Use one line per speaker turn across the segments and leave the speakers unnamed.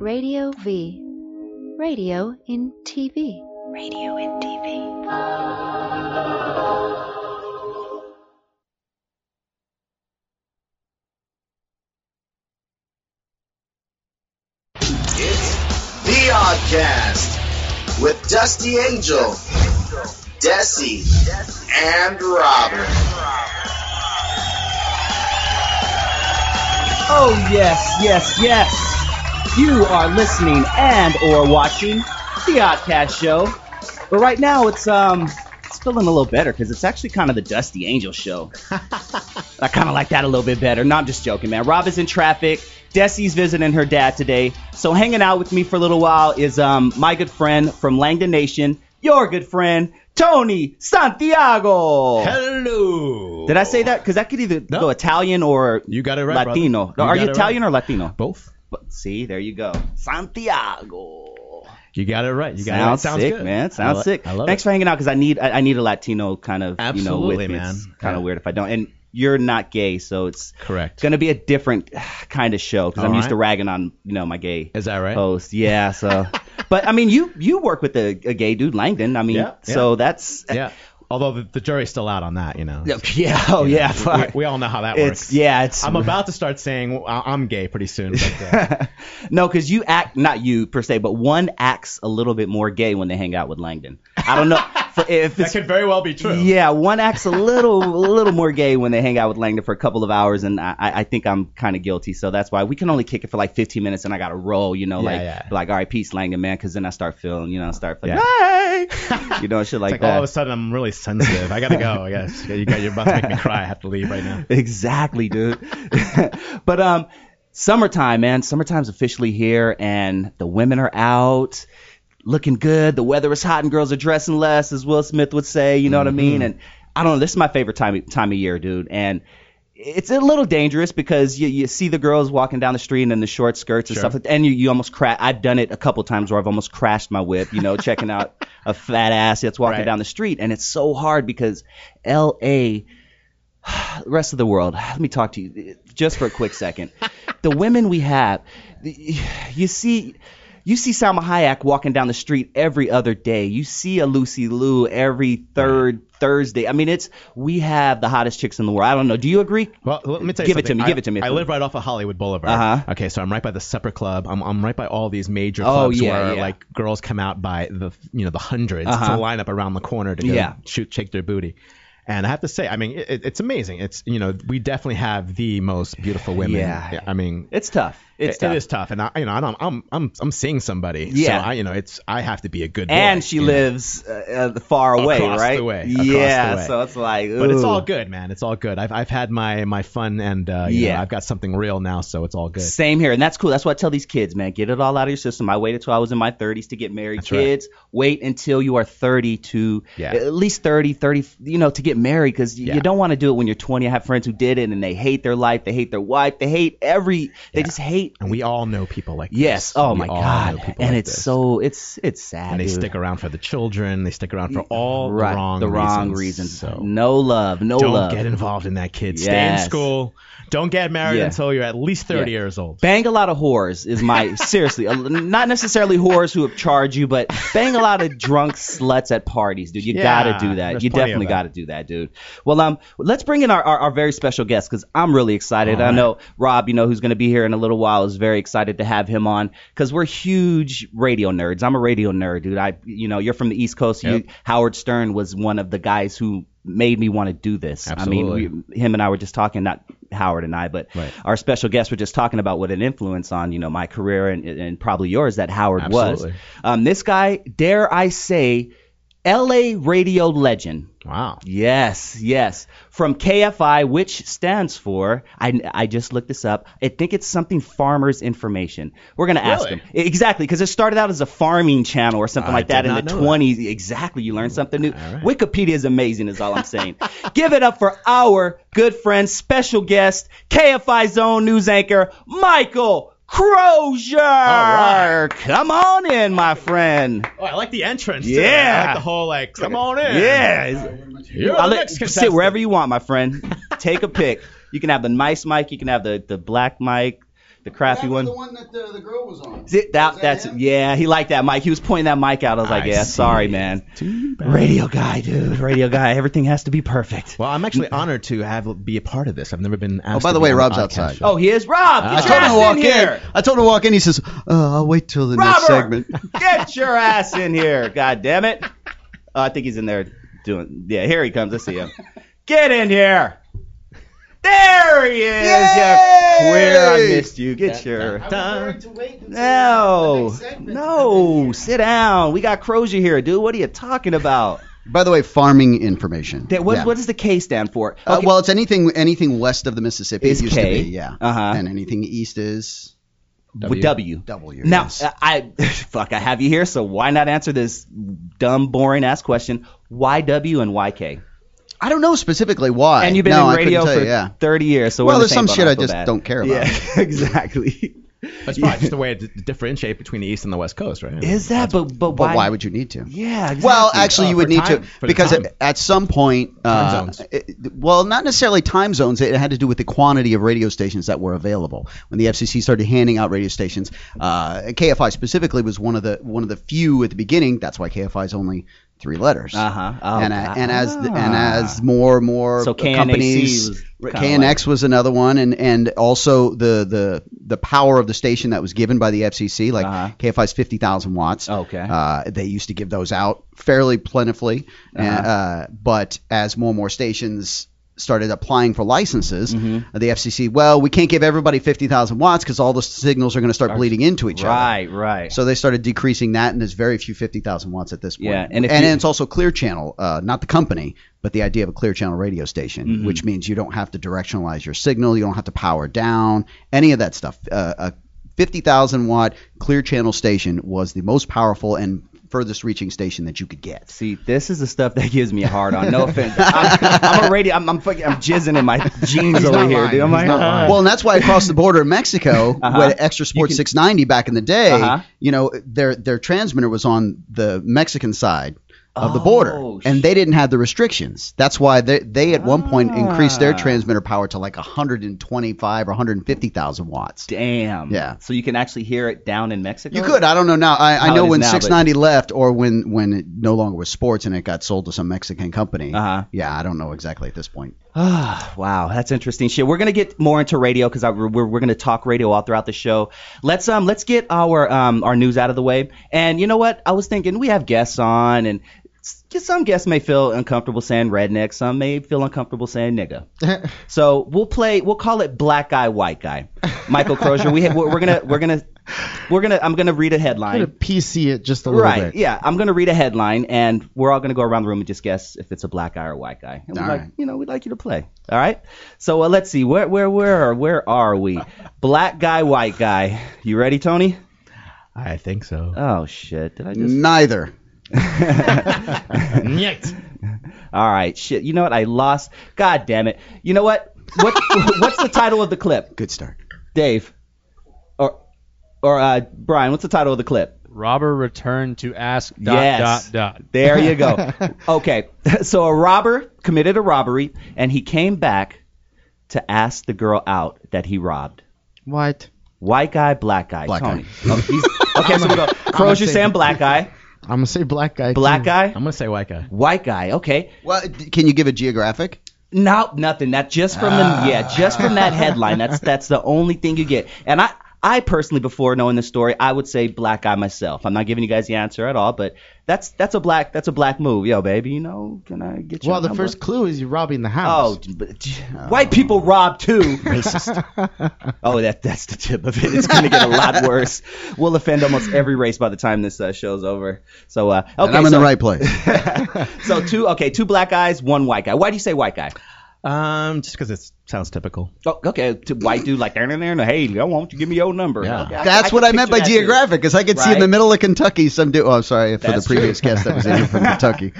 Radio V. Radio in TV.
Radio and TV.
It's The Oddcast with Dusty Angel, Desi, and Robert.
Oh yes, yes, yes. You are listening and or watching the Oddcast Show. But right now it's um it's feeling a little better because it's actually kind of the Dusty Angel Show. I kind of like that a little bit better. No, I'm just joking, man. Rob is in traffic. Desi's visiting her dad today. So hanging out with me for a little while is um my good friend from Langdon Nation, your good friend Tony Santiago.
Hello.
Oh. Did I say that? Because that could either
No.
go Italian or
You got it right,
Latino.
brother.
Are
got
you
it
Italian
right.
or Latino?
Both.
But see, there you go. Santiago.
You got it right. You got it right. Sounds
sounds sick,
good.
man. Sounds
I lo-
sick.
I love
Thanks
it.
for hanging out because I need I, I need a Latino kind of you know
Absolutely,
with me. It's
man.
kind of
Yeah.
weird if I don't. And you're not gay, so it's
Correct.
gonna be a different kind of show because I'm
All
used
right.
to ragging on you know my gay
Is that right?
host. Yeah, so. But I mean, you you work with a, a gay dude, Langdon. I mean,
Yeah,
so that's
Yeah. Although the, the jury's still out on that, you know.
yeah, oh yeah,
We,
fuck.
we all know how that
it's
works.
yeah, it's
I'm about to start saying well, I- I'm gay pretty soon. But, uh,
no, because you act not you per se, but one acts a little bit more gay when they hang out with Langdon. I don't know for, if
that
it's
could very well be true.
yeah, one acts a little a little more gay when they hang out with Langdon for a couple of hours, and I, I I think I'm kind of guilty, so that's why we can only kick it for like 15 minutes, and I gotta roll, you know,
Yeah,
like
yeah.
like all right, peace Langdon, man, because then I start feeling, you know, I start feeling,
Yeah.
hey, you know, shit like,
Like
that.
all of a sudden I'm really sensitive. I gotta go. I guess you got, you're about to make me cry. I have to leave right now.
exactly, dude. but um, summertime, man. Summertime's officially here, and the women are out, looking good. The weather is hot, and girls are dressing less, as Will Smith would say. You know
Mm-hmm.
what I mean? And I don't know. This is my favorite time time of year, dude. And it's a little dangerous because you, you see the girls walking down the street and in the short skirts and
Sure.
stuff, like- and you, you almost crash. I've done it a couple times where I've almost crashed my whip, you know, checking out a fat ass that's walking
Right.
down the street, and it's so hard because L.A the rest of the world, let me talk to you uh, just for a quick second. the women we have, the- you see. You see Salma Hayek walking down the street every other day. You see a Lucy Liu every third Thursday. I mean, it's we have the hottest chicks in the world. I don't know. Do you agree?
Well, let me tell you
Give it to
something.
me,
I,
give it to me.
I live right off of Hollywood Boulevard.
Uh-huh.
Okay, so I'm right by the Supper Club. I'm, I'm right by all these major
Oh,
clubs
yeah,
where
yeah.
like girls come out by the you know the 100s
Uh-huh.
to line up around the corner to go
Yeah.
shoot shake their booty. And I have to say, I mean, it- it, it's amazing. It's you know we definitely have the most beautiful women.
Yeah.
I mean.
It's tough. It's
it-
tough.
It is tough, and I, you know, I don't, I'm, I'm, I'm seeing somebody.
Yeah.
So I, you know, it's, I have to be a good.
and
boy,
she
you know.
lives uh, uh, far away,
Across the
right?
way, across
yeah.
the way.
So it's like,
But it's
ooh.
all good, man. It's all good. I've, I've had my, my fun, and uh, you know,
Yeah.
I've got something real now, so it's all good.
Same here, and that's cool. That's why I tell these kids, man, get it all out of your system. I waited till I was in my 30s to get married.
That's right.
kids, wait until you are 30 to
Yeah.
at least 30, 30, you know, to get married because
Yeah.
you don't want to do it when you're 20. I have friends who did it and they hate their life, they hate their wife, they hate every, they
Yeah.
just hate.
And we all know people like this.
Yes. Oh
We
my
all
God.
know people
And
like
it's
this.
so it's it's sad.
And they
dude.
stick around for the children. They stick around for all
right,
the wrong
the wrong
reasons. So
No love. No
don't
love.
get involved in that, kid. Stay
Yes.
in school. Don't get married
Yeah.
until you're at least 30
Yeah.
years old.
Bang a lot of whores is my seriously, uh, not necessarily whores who have charged you, but bang a lot of drunk sluts at parties, dude. You
Yeah,
gotta do that.
there's
You
plenty of
definitely
that.
gotta do that, dude. Well, um, let's bring in our our, our very special guest because I'm really excited.
All
I
right.
know Rob, you know, who's gonna be here in a little while, is very excited to have him on because we're huge radio nerds. I'm a radio nerd, dude. I, you know, you're from the East Coast.
Yep.
You, Howard Stern was one of the guys who made me want to do this. I
Absolutely.
mean, we, him and I were just talking, not Howard and I, but
Right.
our special guests were just talking about what an influence on you know my career and, and probably yours that Howard was.
Absolutely.
Um, this guy, dare I say, L.A. radio legend.
Wow.
Yes, yes. From KFI, which stands for, I, I just looked this up. I think it's something farmers information. We're going to ask
Really?
him. Exactly, because it started out as a farming channel or something
I
like that
did
in the
not know that.
20s. Exactly, you learned something new.
All right.
Wikipedia is amazing, is all I'm saying. Give it up for our good friend, special guest, KFI Zone news anchor, Michael Crozier.
right.
Come on in, my friend.
Oh, I like the entrance.
too. I like
I
Yeah.
like
the
the whole like, come on in.
Yeah. it's-
You're
I'll
the
let
next
you sit wherever you want, my friend. Take a pick. You can have the nice mic. You can have the, the black mic. the crappy one.
The one that the, the girl was on.
Zit- that,
Was that
that's
him?
yeah. He liked that mic. He was pointing that mic out. I was like,
I
yeah,
see.
sorry, man.
Too bad.
Radio guy, dude. Radio guy. Everything has to be perfect.
Well, I'm actually honored to have be a part of this. I've never been asked.
by
to
the
be
way,
on a
Rob's
podcast
outside.
show.
Oh, he is Rob.
I
Get your
told him to
ass
walk
in here.
I told him to walk in. He says, uh, "I'll wait till the next
Robert,
segment."
get your ass in here. God damn it. Uh, I think he's in there doing. Yeah, here he comes. I see him. Get in here. There he is. You
Yay!
queer. I missed you. Get your.
I was worried to wait until the
No,
next segment.
no, sit down. We got Crozier here, dude. What are you talking about?
By the way, farming information.
That, what,
Yeah.
what does the K stand for?
Uh,
Okay,
well, it's anything anything west of the Mississippi.
Is
it used
K.
to be, yeah.
Uh-huh.
And anything east is
with W.
W.
Now,
yes.
uh, I fuck, I have you here, so why not answer this dumb, boring ass question? Why W and why K?
I don't know specifically why.
And you've been
no, I
in
couldn't
radio
tell
for
you, yeah.
30 years, so
Well,
we're in the
there's some
same boat,
shit
I
I
feel
just
bad.
don't care about.
Yeah, exactly.
That's probably just a way to d- differentiate between the East and the West Coast, right?
Is that? But but why?
But why would you need to?
Yeah. Exactly.
Well, actually,
Uh,
you would
for
need
time- for
to
the
because
time.
at- at some point, uh,
Time zones.
it- well, not necessarily time zones. It had to do with the quantity of radio stations that were available. When the FCC started handing out radio stations, uh, KFI specifically was one of the one of the few at the beginning. That's why KFI is only three letters.
Uh-huh. Oh,
and, uh, and as the, and
ah.
as more and more
So KNAC was
companies,
kinda
KNX was another one, and and also the the the power of the station that was given by the FCC, like
Uh-huh.
KFI's fifty thousand watts.
Okay.
Uh, they used to give those out fairly plentifully, uh
Uh-huh.
uh, but as more and more stations started applying for licenses,
Mm-hmm.
the FCC, well, we can't give everybody 50,000 watts because all the signals are going to start bleeding into each other.
right, right.
So they started decreasing that, and there's very few 50,000 watts at this point.
Yeah, and if
and
you-
it's also Clear Channel, uh, not the company, but the idea of a Clear Channel radio station,
Mm-hmm.
which means you don't have to directionalize your signal, you don't have to power down, any of that stuff. Uh, a 50,000 watt Clear Channel station was the most powerful and furthest reaching station that you could get.
See, this is the stuff that gives me a hard on. No offense. I'm, I'm a radio. I'm, I'm fucking. I'm jizzing in my jeans over
not
here,
lying.
dude. I'm
He's
like,
not
"Ah."
lying.
Well, and that's why across the border in Mexico,
Uh-huh.
when Extra Sport 690 back in the day,
Uh-huh.
you know, their their transmitter was on the Mexican side of the border,
Oh,
and they didn't have the restrictions. That's why they they at one point increased their
Ah.
transmitter power to like 125 or 150 thousand watts.
Damn.
Yeah.
So you can actually hear it down in Mexico.
You could. I don't know now. I,
How
I
it
know
is
when
now, but-
690 left, or when when it no longer was sports and it got sold to some Mexican company.
Uh-huh.
Yeah, I don't know exactly at this point.
Ah, wow, that's interesting shit. We're gonna get more into radio because we're, we're gonna talk radio all throughout the show. Let's um let's get our um our news out of the way. And you know what? I was thinking we have guests on, and s- some guests may feel uncomfortable saying redneck, some may feel uncomfortable saying nigga. so we'll play. We'll call it black guy, white guy. Michael Crozier. We ha- we're, we're gonna we're gonna we're gonna I'm gonna read a headline.
Gonna PC it just a little
Right.
bit.
Yeah. I'm gonna read a headline, and we're all gonna go around the room and just guess if it's a black guy or a white guy. And we'd
All
like,
right.
you know, we'd like you to play. All right. So uh, let's see. Where, where, where, where are we? black guy, white guy. You ready, Tony?
I think so.
Oh shit! Did I
Mm.
just?
Neither.
Uh,
Nyet.
All right. Shit. You know what? I lost. God damn it. You know what? What? what's the title of the clip,
Good start.
Dave? Or, or uh, Brian? What's the title of the clip?
Robber returned to ask dot
Yes.
dot dot.
There you go. okay. So a robber committed a robbery and he came back to ask the girl out that he robbed.
What?
White guy, black guy,
Black
Tony.
guy.
Oh, he's- okay, so we go. Crozier saying black guy,
I'm gonna say black guy.
black
too.
guy,
I'm gonna say white guy.
white guy. Okay.
Well, d- can you give a geographic?
No, nothing. That just from the yeah, just from that headline. That's that's the only thing you get. And I I personally, before knowing the story, I would say black guy myself. I'm not giving you guys the answer at all, but that's that's a black that's a black move. Yo, baby, you know, can I get you?
Well, the first clue is you robbing the
Oh,
house.
but, white people rob too. Racist. oh, that that's the tip of it. It's gonna get a lot worse. We'll offend almost every race by the time this uh, show's over. So, uh, okay,
and I'm in
so,
the right place.
So two, okay, two black guys, one white guy. Why do you say white guy?
Um, just because it sounds typical.
Oh, okay, to white dude like there there there. Hey, I want you give me your number.
Yeah.
Okay,
That's
can
what I meant
picture
by
that dude.
geographic, because I could see in the
Right.
middle of Kentucky some dude. Oh, I'm sorry for
That's
the previous guest that was in here from Kentucky,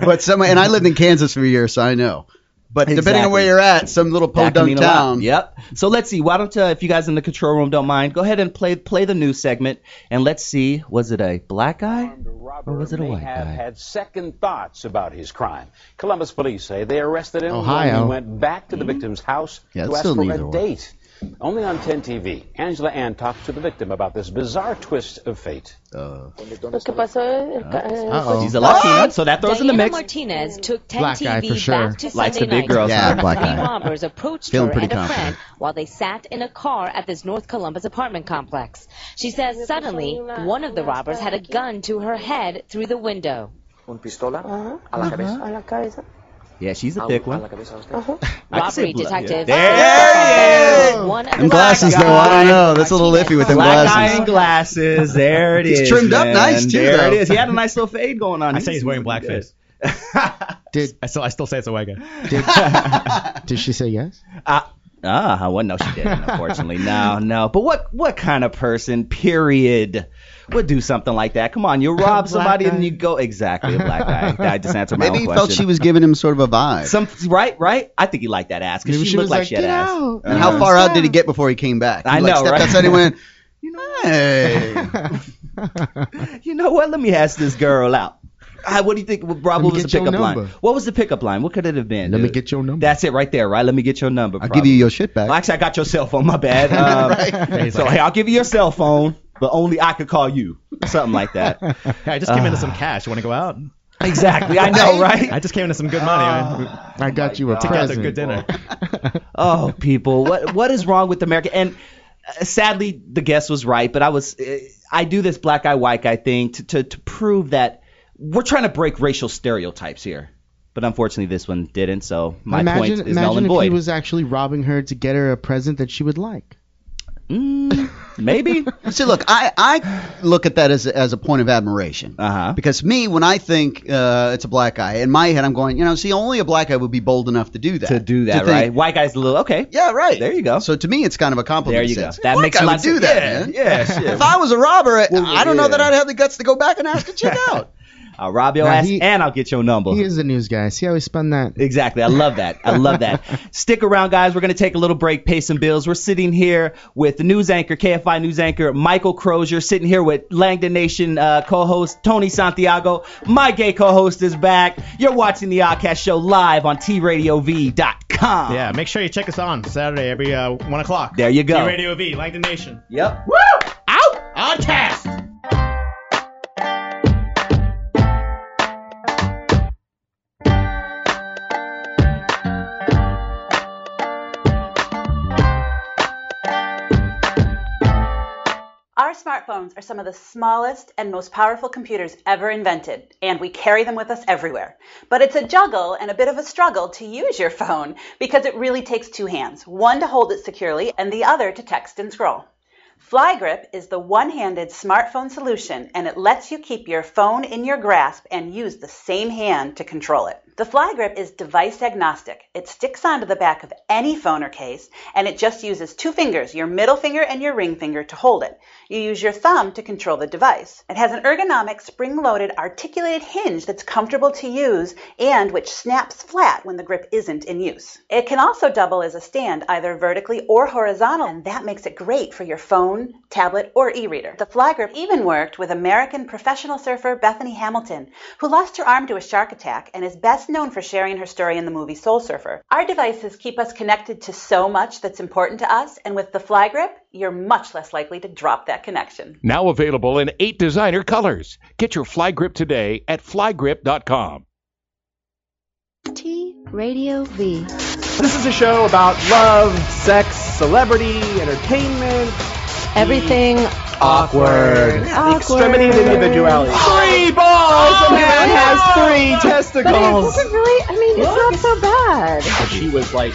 but some and I lived in Kansas for a year, so I know. But depending on
Exactly.
where you're at, some little
That can mean
podunk
a lot.
town.
Yep. So let's see. Why don't uh, if you guys in the control room don't mind, go ahead and play play the news segment and let's see. Was it a black guy?
armed robber
Or was it a
may
white
have
guy?
had second thoughts about his crime. Columbus police say they arrested him
Ohio.
when he went back to the victim's house
Yeah,
to
it's
ask
still
for
neither
a
one.
date. Only on 10 TV, Angela Ann talks to the victim about this bizarre twist of fate.
uh,
Lo que pasó es- ah,
Uh-oh.
She's a Latina, so that throws in the
Diana
mix.
Martinez took 10
Black guy
TV
for sure.
back to
Likes
Sunday
the
night
big girls,
Yeah,
after
black
three
guy.
robbers approached
Feeling
her
pretty
and a
confident.
friend while they sat in a car at this North Columbus apartment complex. She says suddenly one of the robbers had a gun to her head through the window.
Ajá, ah, a la cabeza.
Yeah, she's a thick one.
Ajá.
I can see
Robbery
blo- yeah.
detective.
There it is.
One of
Them glasses,
the
though, I don't know. That's a little iffy with them
Black
glasses.
eye and glasses. There it is.
He's trimmed up
man.
nice, too,
There
though.
it is. He had a nice little fade going on.
I say he's wearing blackface.
Did
I still, I still say it's a white guy.
did she say yes?
Ah, I wouldn't know she didn't. Unfortunately, no, no. But what what kind of person? Period. Would do something like that. Come on, you rob
Black
somebody and
guy.
you go exactly a black guy. I just answered my
Maybe
own
he
question.
felt she was giving him sort of a vibe.
Some right, right. I think he liked that ass because
Maybe
she,
she
looked
was
like,
like,
she had
"Get
ass.
out."
and how far out did he get before he came back? He
I
like
know,
stepped
right?
outside and went, you know, hey.
You know what? Let me ask this girl out. Uh, what do you think, well, Rob?
Let
What was
me
the
get your
pickup line?
number.
What was the pickup line? What could it have been?
Let me
dude?
get your number.
That's it right there, right? Let me get your number.
I'll give you
probably.
your shit back.
Well, actually, I got your cell phone. My bad. Um, So hey, I'll give you your cell phone, but only I could call you. Something like that.
Hey, I just came into some cash. Want to go out?
exactly. I know,
I
right?
just came into some good money. I
I got you a
took out a good
Ah, present.
dinner.
Oh, people, what what is wrong with America? And uh, sadly, the guest was right. But I was uh, I do this black guy white guy thing to, to to prove that we're trying to break racial stereotypes here. But unfortunately, this one didn't. So my point
imagine
is null
imagine
and
if he
void.
was actually robbing her to get her a present that she would like.
Mm, maybe.
See, look, I, I look at that as a, as a point of admiration.
Uh-huh.
Because me, when I think uh, it's a black guy, in my head, I'm going, you know, see, only a black guy would be bold enough to do that.
to do that,
think,
right? White guy's a little okay.
Yeah, right.
There you go.
So to me, it's kind of a compliment.
there you go.
sense.
That
Black
makes
guy
a lot
would
of
do
sense.
that,
yeah,
man.
Yeah, shit.
If I was a robber, I- I don't know
yeah.
that I'd have the guts to go back and ask to check out.
I'll rob your
Now,
ass
he-
and I'll get your number.
He is the news guy. See how he spun that?
Exactly. I love that. I love that. Stick around, guys. We're going to take a little break, pay some bills. We're sitting here with the news anchor, KFI news anchor, Michael Crozier, sitting here with Langdon Nation uh, co host, Tony Santiago. My gay co host is back. You're watching the Oddcast Show live on TRadioV.com.
Yeah, make sure you check us on Saturday every uh, one o'clock.
There you go.
Radio V, like the nation.
Yep. Woo! Out!
Podcast.
Our smartphones are some of the smallest and most powerful computers ever invented, and we carry them with us everywhere. But it's a juggle and a bit of a struggle to use your phone because it really takes two hands one to hold it securely, and the other to text and scroll. FlyGrip is the one handed smartphone solution, and it lets you keep your phone in your grasp and use the same hand to control it. The FlyGrip is device agnostic. It sticks onto the back of any phone or case, and it just uses two fingers, your middle finger and your ring finger, to hold it. You use your thumb to control the device. It has an ergonomic, spring loaded, articulated hinge that's comfortable to use and which snaps flat when the grip isn't in use. It can also double as a stand, either vertically or horizontal, and that makes it great for your phone, tablet, or e reader. The fly grip even worked with American professional surfer Bethany Hamilton, who lost her arm to a shark attack and is best known for sharing her story in the movie Soul Surfer. Our devices keep us connected to so much that's important to us, and with the fly grip, you're much less likely to drop that connection.
Now available in eight designer colors. Get your fly grip today at flygrip.com.
T Radio V.
This is a show about love, sex, celebrity, entertainment,
Everything
awkward, the extremity of individuality.
Three balls!
Oh,
a man has three testicles!
Wasn't really, I mean, it's not so bad.
She was like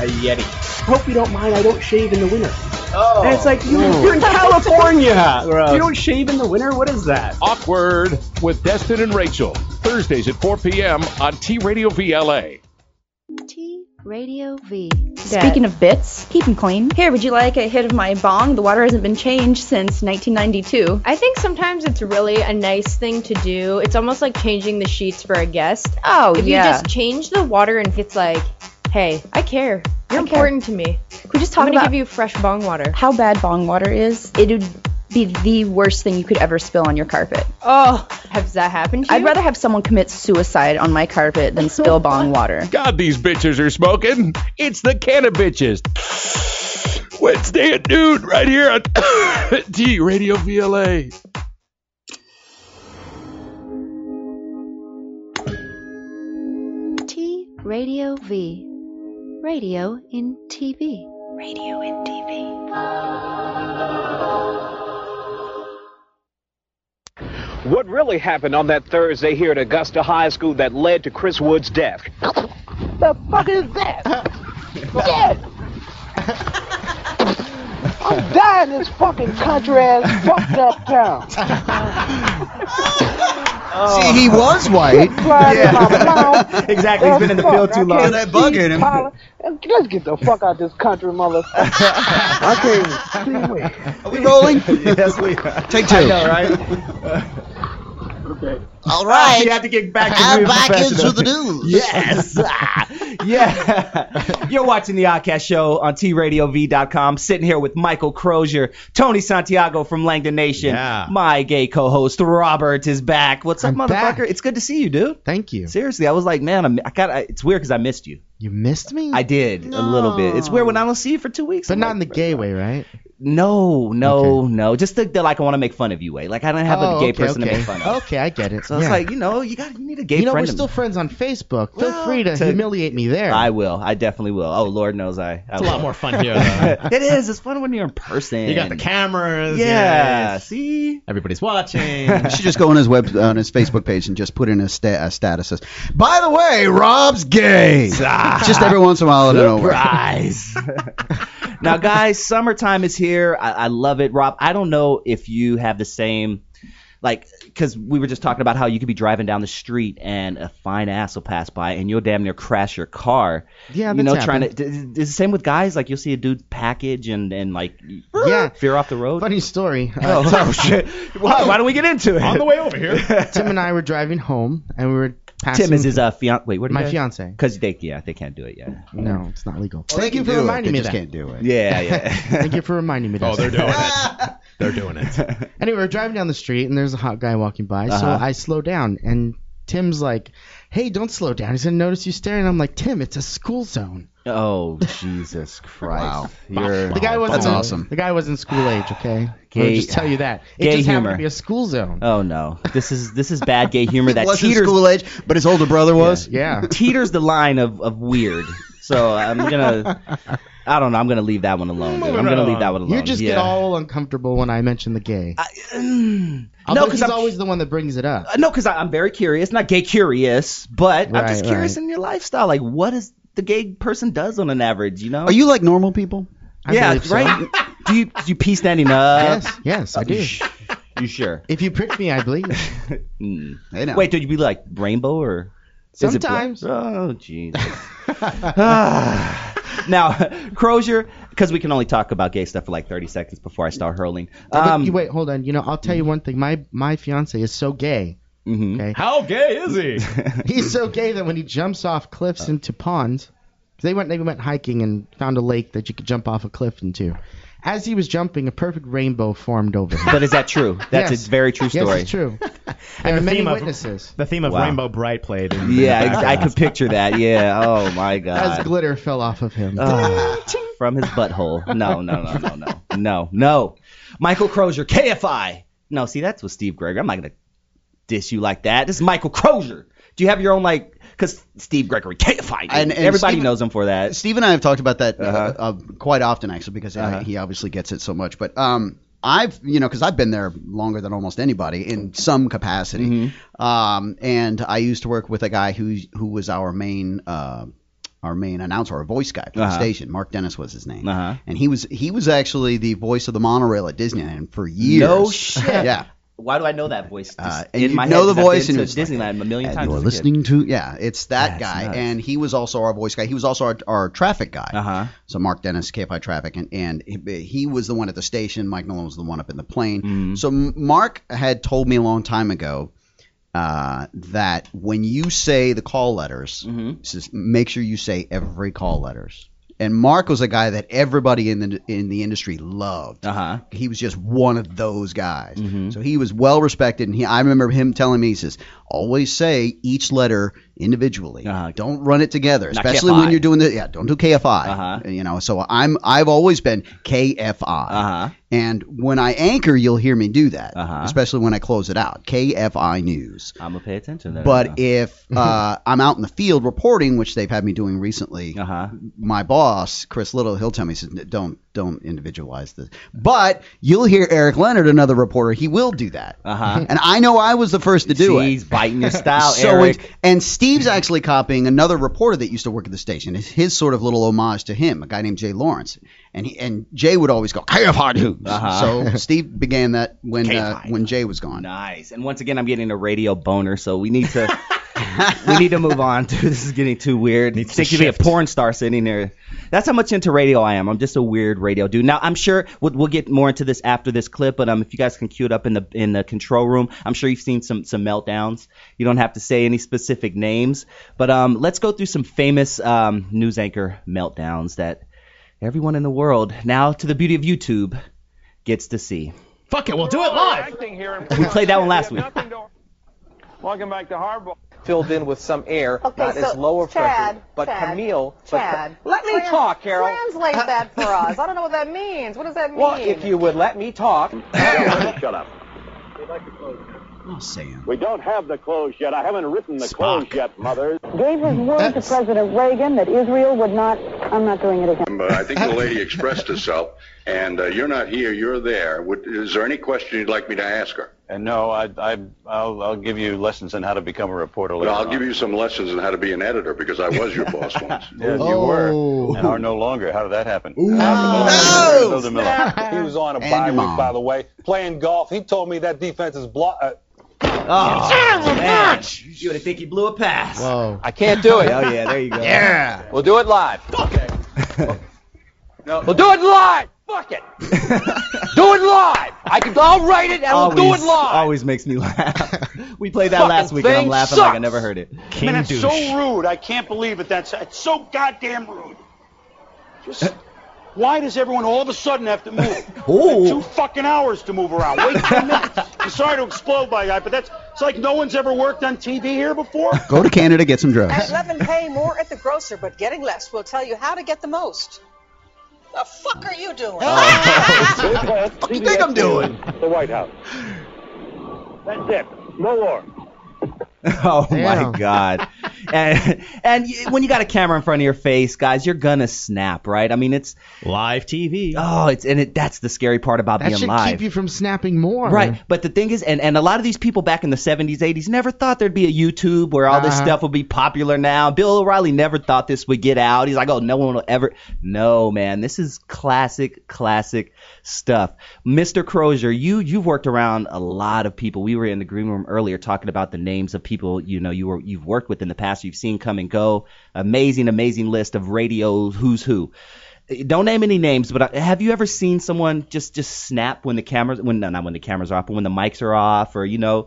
a yeti.
Hope you don't mind. I don't shave in the winter.
Oh.
And it's like you, you're in California. you don't shave in the winter. What is that?
Awkward with Destin and Rachel. Thursdays at 4 p.m. on T Radio VLA.
T Radio V.
Speaking of bits, keep them clean. Here, would you like a hit of my bong? The water hasn't been changed since 1992. I think sometimes it's really a nice thing to do. It's almost like changing the sheets for a guest. Oh, if
yeah.
you just change the water and it's like, hey, I care. You're important to me. Could we just
talk
I'm gonna
about-
give you fresh bong water.
How bad bong water is? It would be the worst thing you could ever spill on your carpet.
Oh, has that happened to you?
I'd rather have someone commit suicide on my carpet than spill bong water.
God, these bitches are smoking. It's the Canna Bitches. Wednesday at noon, right here on T Radio VLA.
T Radio V. Radio in TV.
Radio and TV.
What really happened on that Thursday here at Augusta High School that led to Chris Wood's death?
The fuck is that? Shit! I'm dying in this fucking country ass fucked up town.
See, he was white.
exactly. He's been in the field too long.
Let's get the fuck out this country, motherfucker. I can't even see where.
Are we rolling?
yes, we are.
Take two.
I know, right?
Okay.
All right.
You have to get back to
I'm
being
back
professional.
into the news.
Yes. Ah, yeah. You're watching the Oddcast Show on TRadioV.com. Sitting here with Michael Crozier, Tony Santiago from Langdon Nation. My gay co-host Robert is back. What's up, motherfucker? It's good to see you, dude.
Thank you.
Seriously, I was like, man, I'm, I got. I, it's weird because I missed you.
You missed me?
I did a little bit. It's weird when I don't see you for two weeks. But not in the gay way, right? No, no, no. Just the, the like I want to make fun of you way. Like I don't have
Oh,
a gay
okay,
person
okay.
to make fun of.
Okay, I get it.
So it's
Yeah.
like you know you got you need a gay
you know,
friend.
we're
to-
still friends on Facebook. Feel free to,
to-
humiliate me there.
I will. I definitely will. Oh Lord knows I. I
It's a lot
will.
more fun here, though.
it is. It's fun when you're in person.
You got the cameras.
Yeah,
yes.
See.
Everybody's watching.
You should just go on his web on his Facebook page and just put in a, sta- a status as, "By the way, Rob's gay." just
Ah.
every once in a while, I don't know.
Surprise. now, guys, summertime is here. I, I love it, Rob. I don't know if you have the same, like, because we were just talking about how you could be driving down the street and a fine ass will pass by and you'll damn near crash your car.
Yeah,
you
that's
know, trying to. d- d- It's the same with guys. Like, you'll see a dude package and and like,
Yeah.
veer off the road.
Funny story.
Oh,
Uh,
oh, shit. Why, why don't we get into it?
On the
way over here.
Tim and I were driving home, and we were passing.
Tim is his uh, fiance. Wait, what?
My fiance.
Because they yeah they can't do it yet.
No, it's not legal.
Well, they
Thank you
can
for
do it,
reminding
they
me
just
that.
can't do it.
Yeah, yeah.
Thank you for reminding me.
Oh,
Dustin.
they're doing it. They're doing it.
Anyway, we're driving down the street and there's a hot guy walking by, so
Uh-huh.
I slow down and Tim's like, "Hey, don't slow down." He's gonna notice you staring. I'm like, "Tim, it's a school zone."
Oh Jesus Christ! You're-
The guy wasn't.
That's awesome.
The guy wasn't school age. Okay, I'll
Gay-
just tell you that. It
gay
just happened
humor.
to be a school zone.
Oh no, this is this is bad gay humor
He
that
wasn't
teeters
school
age, but his older brother was.
Yeah,
teeters the line of of weird. So I'm gonna, I don't know. I'm gonna leave that one alone. Dude. I'm gonna leave that one alone.
You just
yeah.
get all uncomfortable when I mention the gay.
mm. no,
Although
'cause
he's
I'm-
always the one that brings it up.
Uh, no, because I'm very curious, not gay curious, but I'm just
Right,
curious
right.
in your lifestyle. Like, what is the gay person does on an average? You know?
Are you like normal people?
yeah,
believe so.
right. do you do you pee standing up?
Yes, yes, I
You
do.
Uh, sh- You sure?
If you prick me, I bleed.
Mm.
They know.
Wait, did you be like rainbow or? is it bla-
Sometimes.
oh, Jesus. now, Crozier, because we can only talk about gay stuff for like 30 seconds before I start hurling.
But
Um,
you- wait, hold on. You know, I'll tell you one thing. My my fiance is so gay.
Mm-hmm.
Okay.
How gay is he?
He's so gay that when he jumps off cliffs into ponds, 'cause they went they went hiking and found a lake that you could jump off a cliff into. As he was jumping, a perfect rainbow formed over him.
but is that true? That's
Yes.
a very true
Yes,
story.
it's true. There
And
are
the
many
theme of-
witnesses.
The theme of
Wow.
Rainbow Bright played. In the
Yeah, ex- I
background.
could picture that. Yeah. Oh my
As
God.
glitter fell off of him.
Ah, from his butthole. No, no, no, no, no, no, no. Michael Crozier, KFI. No, see, that's with Steve Gregory. I'm not gonna diss you like that. This is Michael Crozier. Do you have your own like? Because Steve Gregory, KFI.
And- and
Everybody
Steve-
knows him for that.
Steve and I have talked about that uh
Uh-huh.
uh, quite often, actually, because uh, he obviously gets it so much. But um, I've, you know, because I've been there longer than almost anybody in some capacity.
Mm-hmm.
Um, and I used to work with a guy who who was our main. Uh, our main announcer, our voice guy for the
Uh-huh.
station, Mark Dennis was his name,
Uh-huh.
and he was he was actually the voice of the monorail at Disneyland for years.
No shit.
yeah,
Why do I know that voice?
Uh,
Just
and
in
you
my
know
head,
the
'cause I've
voice,
been
and
to
you're just
Disneyland a million
and
times.
you're
as a kid.
listening to yeah, it's that
That's
guy,
nuts.
and he was also our voice guy. He was also our, our traffic guy.
Uh-huh.
So Mark Dennis, KFI Traffic, and and he, he was the one at the station. Mike Nolan was the one up in the plane.
Mm-hmm.
So M- Mark had told me a long time ago uh, Mm-hmm. that when you say the call letters, he says, make sure you say every call letters. And Mark was a guy that everybody in the in the industry loved. Uh-huh. Mm-hmm. He was just one of those guys. So he was well respected, and he I remember him telling me, he says, always say each letter individually. Don't run it together,
Not
especially
KFI.
when you're doing the yeah. Don't do KFI. Uh-huh. You know, so I'm I've always been KFI. Uh-huh. And when I anchor, you'll hear me do that, uh-huh. especially when I close it out. KFI News.
I'm gonna pay attention to that.
But if uh, I'm out in the field reporting, which they've had me doing recently,
Uh-huh.
my boss Chris Little, he'll tell me, he says, "N- "Don't don't individualize this." But you'll hear Eric Leonard, another reporter, he will do that.
Uh-huh.
And I know I was the first to do it. He's
biting your style, Eric.
and Steve's actually copying another reporter that used to work at the station. It's his sort of little homage to him, a guy named Jay Lawrence. And he, and Jay would always go KFI News.
Uh-huh.
So Steve began that when uh, when Jay was gone.
Nice. And once again, I'm getting a radio boner, so we need to we need to move on. Dude, this is getting too weird. Needs Think
to
you'd be a porn star sitting there. That's how much into radio I am. I'm just a weird radio dude. Now I'm sure we'll, we'll get more into this after this clip, but um, if you guys can cue it up in the in the control room, I'm sure you've seen some some meltdowns. You don't have to say any specific names, but um, let's go through some famous um, news anchor meltdowns that everyone in the world now to the beauty of YouTube gets to see.
Fuck it, we'll do it live.
We played that one last week.
Welcome back to Harbaugh. Filled in with some air, not as lower
Chad,
pressure, but
Chad,
Camille. but-
Chad,
let me
trans-
talk, Carol.
Translate that for us. I don't know what that means. What does that mean?
Well, if you would let me talk.
Shut up.
Oh, Sam.
We don't have the clothes yet. I haven't written the clothes yet, Mother.
Gave his word to President Reagan that Israel would not. I'm not doing it again.
But I think the lady expressed herself, and uh, you're not here, you're there. Would, is there any question you'd like me to ask her?
And no, I, I, I'll, I'll give you lessons on how to become a reporter
But
later.
I'll
on.
give you some lessons on how to be an editor because I was your boss once.
Yes, you were, and are no longer. How did that happen?
Ooh.
After the-
Oh.
No.
after the middle. He was on a
And
bye
your
week,
mom.
by the way, playing golf. He told me that defense is block. Uh,
man. You would think he blew a pass.
Whoa.
I can't do it.
Oh yeah, there you go.
Yeah. We'll do it live. Okay. no. We'll do it live. Fuck it. do it live. I can. I'll write it and
always,
we'll do it live.
Always makes me laugh. we played that
Fucking
last week and I'm
thing
laughing like I
sucks.
never heard it.
King
Man, that's so rude. I can't believe it. That's it's so goddamn rude. Just why does everyone all of a sudden have to move?
Ooh.
Two fucking hours to move around. Wait two minutes. I'm sorry to explode my guy, but that's it's like no one's ever worked on TV here before.
Go to Canada, get some drugs.
At 11, pay more at the grocer, but getting less. We'll tell you how to get the most. The fuck are you doing?
what do you think I'm doing? The White House. That's it. No more.
Oh my god. and and y- when you got a camera in front of your face, guys, you're gonna snap, right? I mean, it's live TV. Oh, it's and it, that's the scary part about
That
being
should
live.
keep you from snapping more.
Right, but the thing is, and, and a lot of these people back in the 70s, 80s never thought there'd be a YouTube where all this
Uh-huh.
stuff would be popular now. Bill O'Reilly never thought this would get out. He's like, oh, no one will ever. No, man, this is classic, classic stuff. Mr. Crozier, you you've worked around a lot of people. We were in the green room earlier talking about the names of people you know you were you've worked with in the past, you've seen come and go. Amazing, amazing list of radio who's who don't name any names, but uh, have you ever seen someone just just snap when the cameras when no, not when the cameras are off, but when the mics are off, or you know?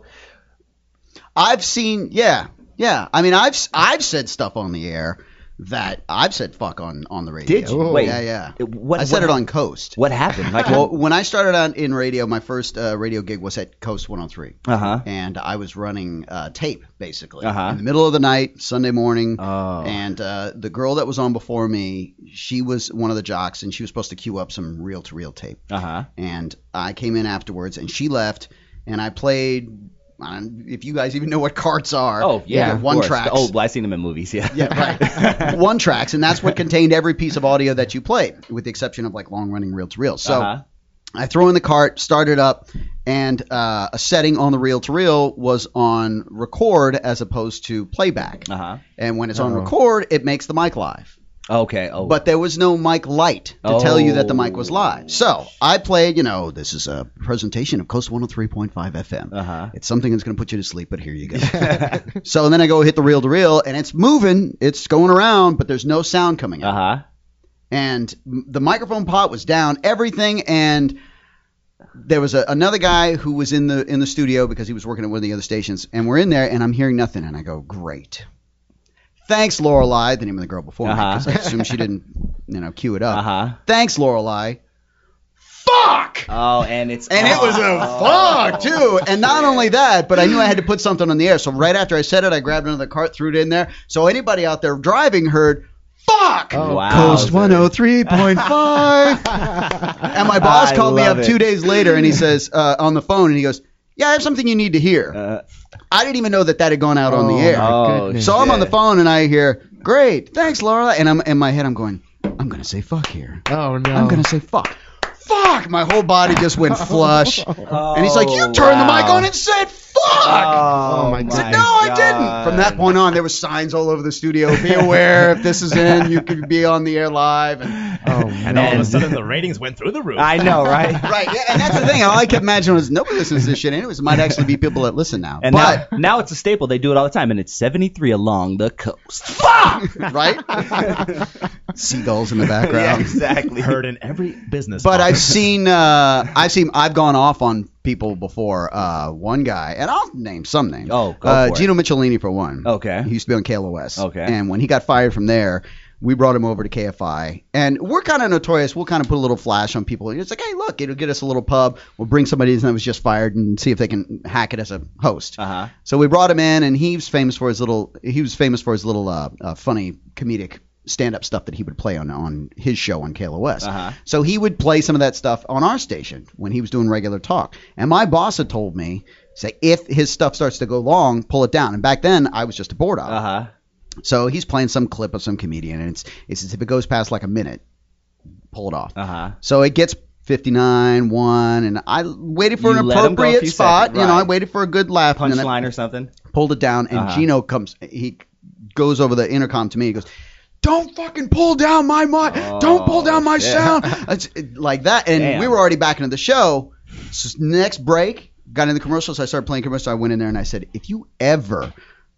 I've seen, yeah, yeah. I mean, I've I've said stuff on the air that I've said fuck on on the radio.
Did you? Wait.
yeah, yeah.
It- what-
I said
what-
it on Coast.
What happened? Like,
well, when I started out in radio, my first uh, radio gig was at Coast 103,
uh huh.
and I was running uh, tape basically
Uh-huh. Oh.
in the middle of the night, Sunday morning. And uh, the girl that was on before me, she was one of the jocks, and she was supposed to queue up some reel-to-reel tape.
Uh huh.
And I came in afterwards, and she left, and I played. I don't- If you guys even know what carts are,
Oh yeah, of
one
course.
track,
Oh, I've seen them in movies. Yeah.
one tracks, and that's what contained every piece of audio that you played, with the exception of like long running reel to reel. So
Uh-huh.
I throw in the cart, start it up, and uh, a setting on the reel to reel was on record as opposed to playback.
Uh-huh.
And when it's on
Uh-oh.
record, it makes the mic live.
Okay. Oh.
But there was no mic light to tell you that the mic was live. So I played, you know, this is a presentation of Coast 103.5 FM.
Uh.
Uh-huh. It's something that's going to put you to sleep, but here you go. so then I go hit the reel to reel, and it's moving, it's going around, but there's no sound coming out.
Uh huh.
And m- the microphone pot was down, everything, and there was a, another guy who was in the in the studio because he was working at one of the other stations, and we're in there, and I'm hearing nothing, and I go, great. Thanks, Lorelai, the name of the girl before me, 'cause I assume she didn't, you know, cue it up. Uh-huh. Thanks, Lorelai. Fuck!
Oh, and it's
And it was a fuck too. And not only that, but I knew I had to put something on the air. So right after I said it, I grabbed another cart, threw it in there. So anybody out there driving heard fuck.
Oh.
wow.
Coast 103.5. and my boss
I
called me
love
up
it.
two days later and he says uh, on the phone and he goes, "Yeah, I have something you need to hear." I didn't even know that that had gone out on the air.
Uh, oh my goodness.
so I'm on the
Yeah.
phone and I hear, "Great, thanks, Laura," and I'm in my head I'm going, "I'm gonna say fuck here."
Oh no.
I'm gonna say fuck. Fuck! My whole body just went flush. and he's like, You turned the mic
Oh, wow.
on and said fuck!
Oh, my
I said,
God.
No, I didn't. From that point on, there were signs all over the studio. Be aware if this is in, you could be on the air live. And,
oh,
And all of a sudden, the ratings went through the roof.
I know, right?
right. Yeah, and that's the thing. All I kept imagining was nobody listens to this shit anyways. It might actually be people that listen now.
And
but
now, now it's a staple. They do it all the time, and it's 73 along the coast.
right? Seagulls in the background.
exactly.
Heard in every business.
But
pod-
I've seen, uh, I've seen, I've gone off on people before. Uh, one guy, and I'll name some names. Oh,
go
uh,
for it.
Gino Michelini for one.
Okay.
He used to be on KLOS.
Okay.
And when he got fired from there, we brought him over to KFI, and we're kind of notorious. We'll kind of put a little flash on people. It's like, hey, look, it'll get us a little pub. We'll bring somebody that was just fired and see if they can hack it as a host. Uh-huh. So we brought him in, and he was famous for his little. He was famous for his little uh, uh, funny comedic stand-up stuff that he would play on on his show on KLOS.
Uh-huh.
So he would play some of that stuff on our station when he was doing regular talk. And my boss had told me, say, if his stuff starts to go long, pull it down. And back then, I was just a board op.
Uh-huh.
So he's playing some clip of some comedian, and it's, it's if it goes past like a minute, pull it off.
Uh-huh.
So it gets 59, 1, and I waited for
You
an
let 'em go a
appropriate
few
spot.
seconds,
You know,
right.
I waited for a good laugh. and then I-
Punchline or something.
pulled it down, and
Uh-huh.
Gino comes. He goes over the intercom to me. He goes, "Don't fucking pull down my mic. Don't pull down my
Oh, shit.
sound." It's- it- like that, and
Damn.
we were already back into the show. So next break, got in the commercials. I started playing commercials. I went in there and I said, "If you ever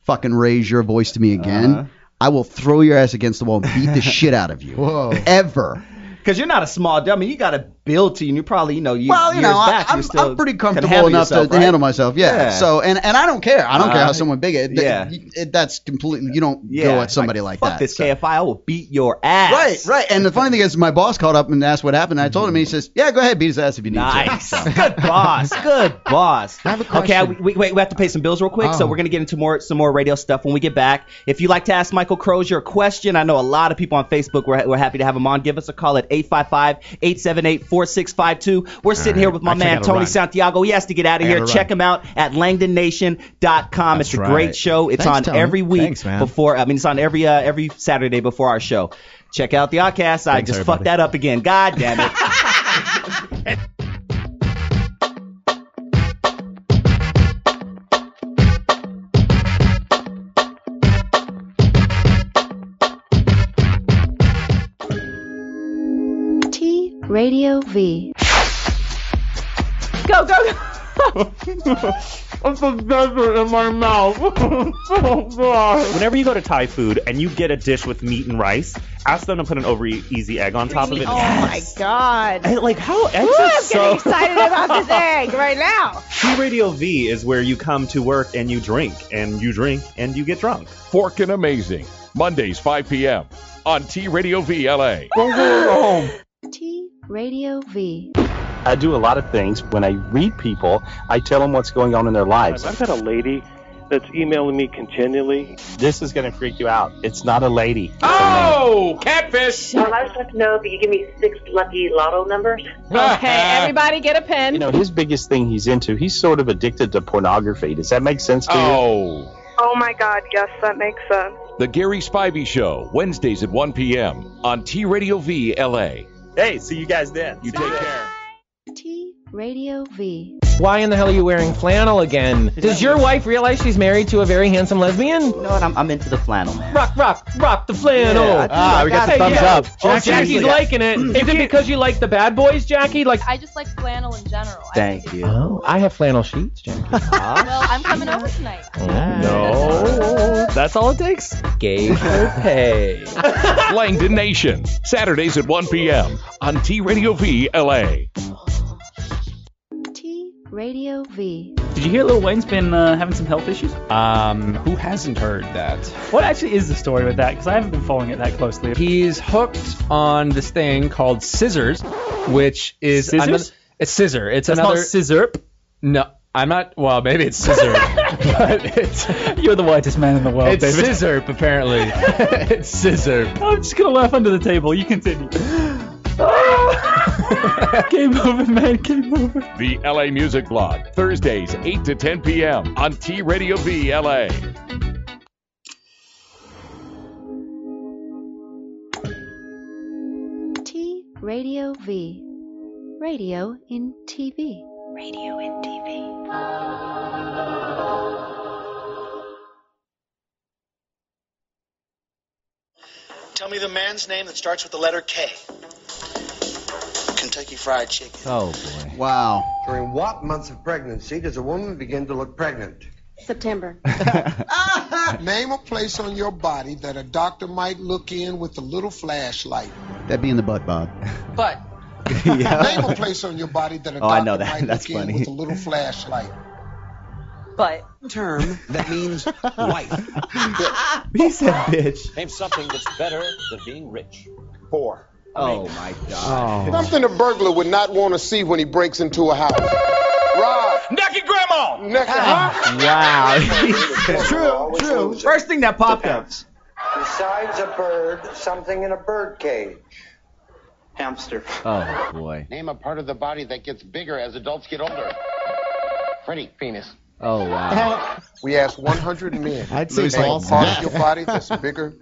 fucking raise your voice to me again."
Uh-huh.
I will throw your ass against the wall and beat the shit out of you. Whoa. Ever.
Because you're not a small dude. I mean, you got to build to, and you probably, you know, you,
Well, you
years
know, I-
back,
I'm-
you're still
I'm pretty
can handle
comfortable enough
yourself,
to, to
right?
handle myself. Yeah. So and and I don't care. I don't care how
Uh-huh.
someone big it.
Yeah.
It, that's completely. You don't
Yeah,
go at somebody like,
like, fuck
that.
this
so.
KFI, I will beat your ass. Mm-hmm.
Right, right. And the funny thing is, my boss called up and asked what happened. And I told him, and he says, "Yeah, go ahead, beat his ass if you need
Nice.
to."
Good boss. Good boss. Okay, I,
question.
we, wait, we have to pay some bills real quick, so
Oh.
we're going to get into more some more radio stuff when we get back. If you'd like to ask Michael Crozier a question, I know a lot of people on Facebook, we're, we're happy to have him on. Give us a call at 855-878-4652. We're sitting
right.
here with my
Actually, I
man,
gotta
Tony
run.
Santiago. He has to get out of
I
here.
gotta
Check him out at langdonnation.com. it's a
That's
great
right.
show. It's
Thanks,
on
Tony.
every week
Thanks, man.
before, I mean, it's on every uh, every Saturday before our show. Check out the podcast. I just fucked that up again. God damn it.
T Radio V.
Go, go, go. It's a desert in my mouth. oh, God.
Whenever you go to Thai food and you get a dish with meat and rice, ask them to put an over e-, easy egg on top of it.
Oh, my God.
like, how
Oh,
eggs
Ooh,
are
I'm
so-
getting excited about this egg right now.
T Radio V is where you come to work and you drink, and you drink and you get drunk.
Forkin' Amazing, Mondays 5 p.m. on T Radio VLA.
T Radio V.
I do a lot of things. When I read people, I tell them what's going on in their lives.
I've got a lady that's emailing me continually.
This is going to freak you out. It's not a lady.
Oh, catfish!
Well, I just want to know that you give me six lucky lotto numbers.
Okay, everybody get a pen.
You know, his biggest thing he's into, he's sort of addicted to pornography. Does that make sense to you? Oh.
Oh my God, yes, that makes sense.
The Gary Spivey Show, Wednesdays at 1 p.m. on T Radio VLA.
Hey, see you guys then. You take care.
T Radio V.
Why in the hell are you wearing flannel again? Does your wife realize she's married to a very handsome lesbian? You know
what? I'm, I'm into the flannel, man.
Rock, rock, rock the flannel.
Yeah, I think Ah, I we got got the it. thumbs up.
Oh,
Jackie's
Jackie's
liking
liking it. Is it because you like the bad boys, Jackie? Like,
I just like flannel in general.
thank you. Oh, I have flannel sheets, Jackie.
Well, I'm coming over tonight.
No.
That's all it takes. Gay
Hey. Langdon Nation, Saturdays at 1 p.m. on T Radio VLA.
T Radio V.
Did you hear Lil Wayne's been uh, having some health issues? Um, who hasn't heard that? What actually is the story with that? Because I haven't been following it that closely.
He's hooked on this thing called scissors, which is
Scissors?
another. It's scissor. It's
That's not
another
scissor.
No, I'm not. Well, maybe it's scissor. but it's,
You're the whitest man in the world,
it's
David.
scissor apparently. it's scissor.
I'm just gonna laugh under the table. You continue. game over, man. Game over.
The LA Music Blog, Thursdays, 8 to 10 p.m. on T Radio V LA.
T Radio V. Radio in TV. Radio in TV.
Tell me the man's name that starts with the letter K. Kentucky Fried Chicken.
Oh boy!
Wow. During what months of pregnancy does a woman begin to look pregnant?
September.
Name a place on your body that a doctor might look in with a little flashlight.
That'd be in the butt, Bob.
But name a place on your body that a
Oh,
doctor
I know that.
might
That's
look
funny.
in with a little flashlight.
But
term that means wife.
He said bitch.
Name something that's better than being rich.
Poor.
Oh my
Something a burglar would not want to see when he breaks into a house. Rob. Naked grandma. Naked. Huh?
Wow. true, true. First thing that popped up.
Besides a bird, something in a bird cage. Hamster.
Oh boy.
Name a part of the body that gets bigger as adults get older. Pretty penis.
Oh wow.
We asked 100 men.
I'd say
name a
balls.
part of your body that's bigger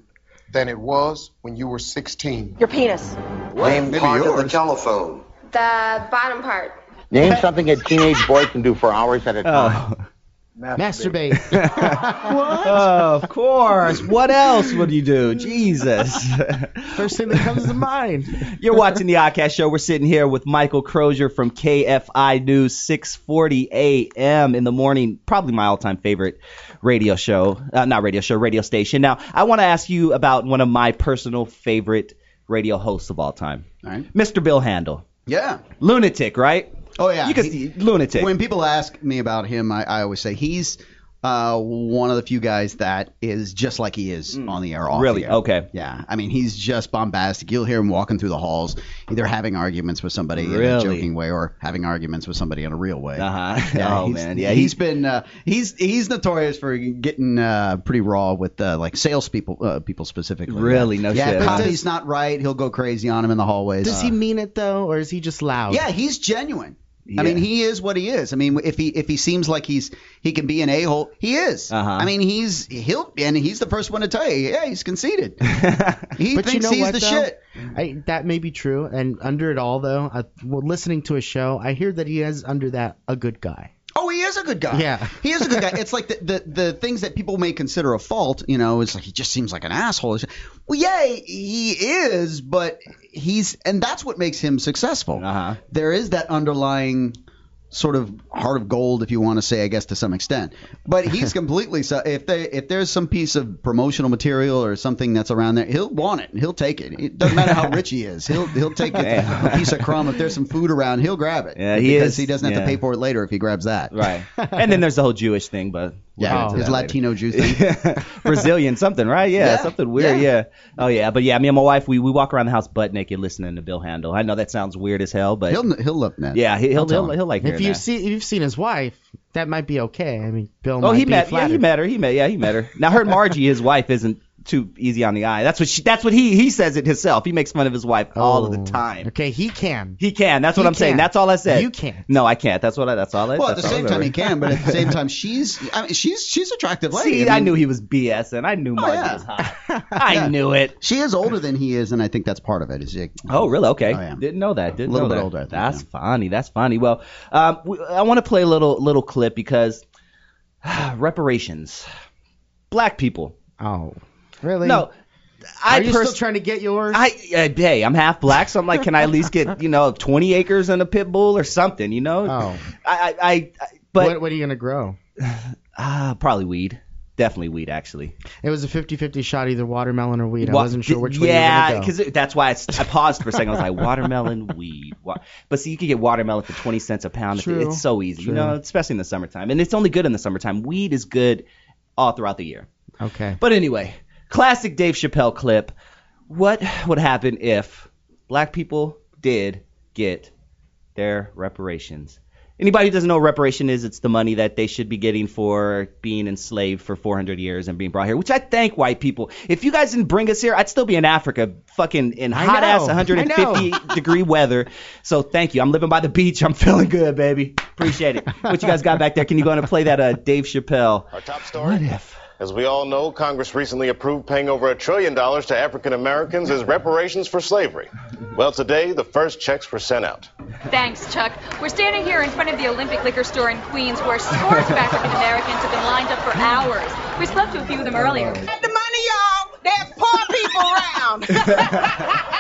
than it was when you were 16.
Your penis.
Name part of the telephone.
The bottom part.
Name something a teenage boy can do for hours
Oh.
at a time.
Masturbate.
of course. What else would you do? Jesus.
First thing that comes to mind.
You're watching the Oddcast Show. We're sitting here with Michael Crozier from KFI News, 6:40 a.m. in the morning. Probably my all-time favorite radio show, uh, not radio show, radio station. Now, I want to ask you about one of my personal favorite radio hosts of all time, Mr. Bill Handel.
Yeah.
Lunatic, right?
Oh yeah.
You can see lunatic.
When people ask me about him, I, I always say he's uh, one of the few guys that is just like he is on the air. Off
Really?
The air.
Okay.
Yeah. I mean, he's just bombastic. You'll hear him walking through the halls, either having arguments with somebody in a
Really?
joking way or having arguments with somebody in a real way.
Uh-huh.
Yeah,
Oh,
he's-
man. Yeah,
he's been uh, he's he's notorious for getting uh, pretty raw with uh, like salespeople uh, people specifically.
Really? No
yeah,
shit.
Yeah,
But
copy's not right. He'll go crazy on him in the hallways. Uh,
Does he mean it though, or is he just loud?
Yeah, he's genuine. I mean, he is what he is. I mean, if he if he seems like he's he can be an a hole, he is.
Uh-huh.
I mean, he's he'll and he's the first one to tell you, yeah, he's conceited. he
but
thinks
you know
he's
what,
the
though?
shit.
I, that may be true, and under it all, though, I, well, listening to a show, I hear that he is under that a good guy.
Oh, he is a good guy.
Yeah.
he is a good guy. It's like the, the the things that people may consider a fault. You know, it's like he just seems like an asshole. Well, yeah, he is, but he's and that's what makes him successful. Uh-huh. is that underlying sort of heart of gold, if you want to say, I guess to some extent. But he's completely so. If they if there's some piece of promotional material or something that's around there, he'll want it. and He'll take it. It doesn't matter how rich he is. He'll he'll take it, a piece of crumb. If there's some food around, he'll grab it.
Yeah, he
because
is-
he doesn't have
yeah.
to pay for it later if he grabs that.
Right. and then there's the whole Jewish thing, but we'll get
Yeah,
into
his
that later.
Latino Jew thing.
Brazilian something, right? Yeah,
Yeah,
something weird. Yeah. Oh yeah, but yeah, me and my wife, we, we walk around the house butt naked listening to Bill Handel. I know that sounds weird as hell, but
he'll he'll love that.
Yeah, he,
I'll
he'll
tell
he'll, he'll,
him.
like
If
hearing
you've
that.
seen if you've seen his wife, that might be okay. I mean, Bill.
Oh,
might
he
be
met. Yeah, he
flattered.
met her. He met. Yeah, he met her. Now her Margie, his wife, isn't too easy on the eye. That's what she. That's what he he says it himself. He makes fun of his wife all of the time.
Oh, Okay, he can.
He can. That's what
He
I'm saying.
can.
That's all I said.
You can't.
No, I can't. That's what I. That's all I.
Well, at the
that's all I
same time he
remember.
can, but at the same time she's I mean she's she's attractive lady.
See, I,
mean,
knew he was BS, and I knew
Oh,
Margie
yeah.
was hot. I knew it.
She is older than he is, and I think that's part of it. Is like,
Oh, really? Okay.
Oh, yeah.
Didn't know that. Didn't
A little
know
bit
that.
older, I think,
That's funny. That's funny. Well, um, we, I want to play a little little clip because reparations, black people.
Oh, really?
No, I
Are you
pers-
still trying to get yours?
I uh, hey, I'm half black, so I'm like, can I at least get you know 20 acres and a pit bull or something? You know?
Oh.
I I, I I- but
what, what are you gonna grow?
uh, probably weed. Definitely weed, actually.
It was a 50-50 shot, either watermelon or weed. I
Wa-
wasn't sure which way
yeah,
you were gonna go.
because that's why I, s- I paused for a second. I was like,
watermelon weed. Wa- But see, you could get watermelon for 20 cents a pound.
True.
It's so easy,
True.
you know, especially in the summertime. And it's only good in the summertime. Weed is good all throughout the year.
Okay.
But anyway, classic Dave Chappelle clip. What would happen if black people did get their reparations? Anybody who doesn't know what reparation is, it's the money that they should be getting for being enslaved for 400 years and being brought here, which I thank white people. If you guys didn't bring us here, I'd still be in Africa, fucking in
I
hot ass
know.
150 degree weather. So thank you. I'm living by the beach. I'm feeling good, baby. Appreciate it. What you guys got back there? Can you go in and play that uh, Dave Chappelle?
Our top story. As we all know, Congress recently approved paying over a trillion dollars to African Americans as reparations for slavery. Well, today, the first checks were sent out.
Thanks, Chuck. We're standing here in front of the Olympic Liquor Store in Queens where scores of African Americans have been lined up for hours. We spoke to a few of them earlier.
The money, y'all. There's poor people around.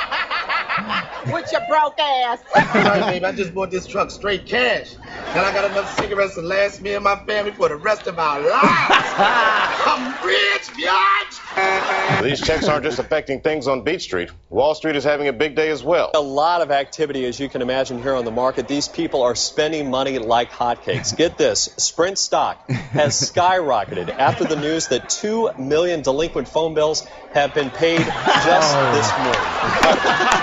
With your broke ass.
Sorry, babe, I just bought this truck straight cash. And I got enough cigarettes to last me and my family for the rest of our lives. I'm rich, biatch!
These checks aren't just affecting things on Beach Street. Wall Street is having a big day as well.
A lot of activity, as you can imagine, here on the market. These people are spending money like hotcakes. Get this Sprint stock has skyrocketed after the news that 2 million delinquent phone bills have been paid just this morning.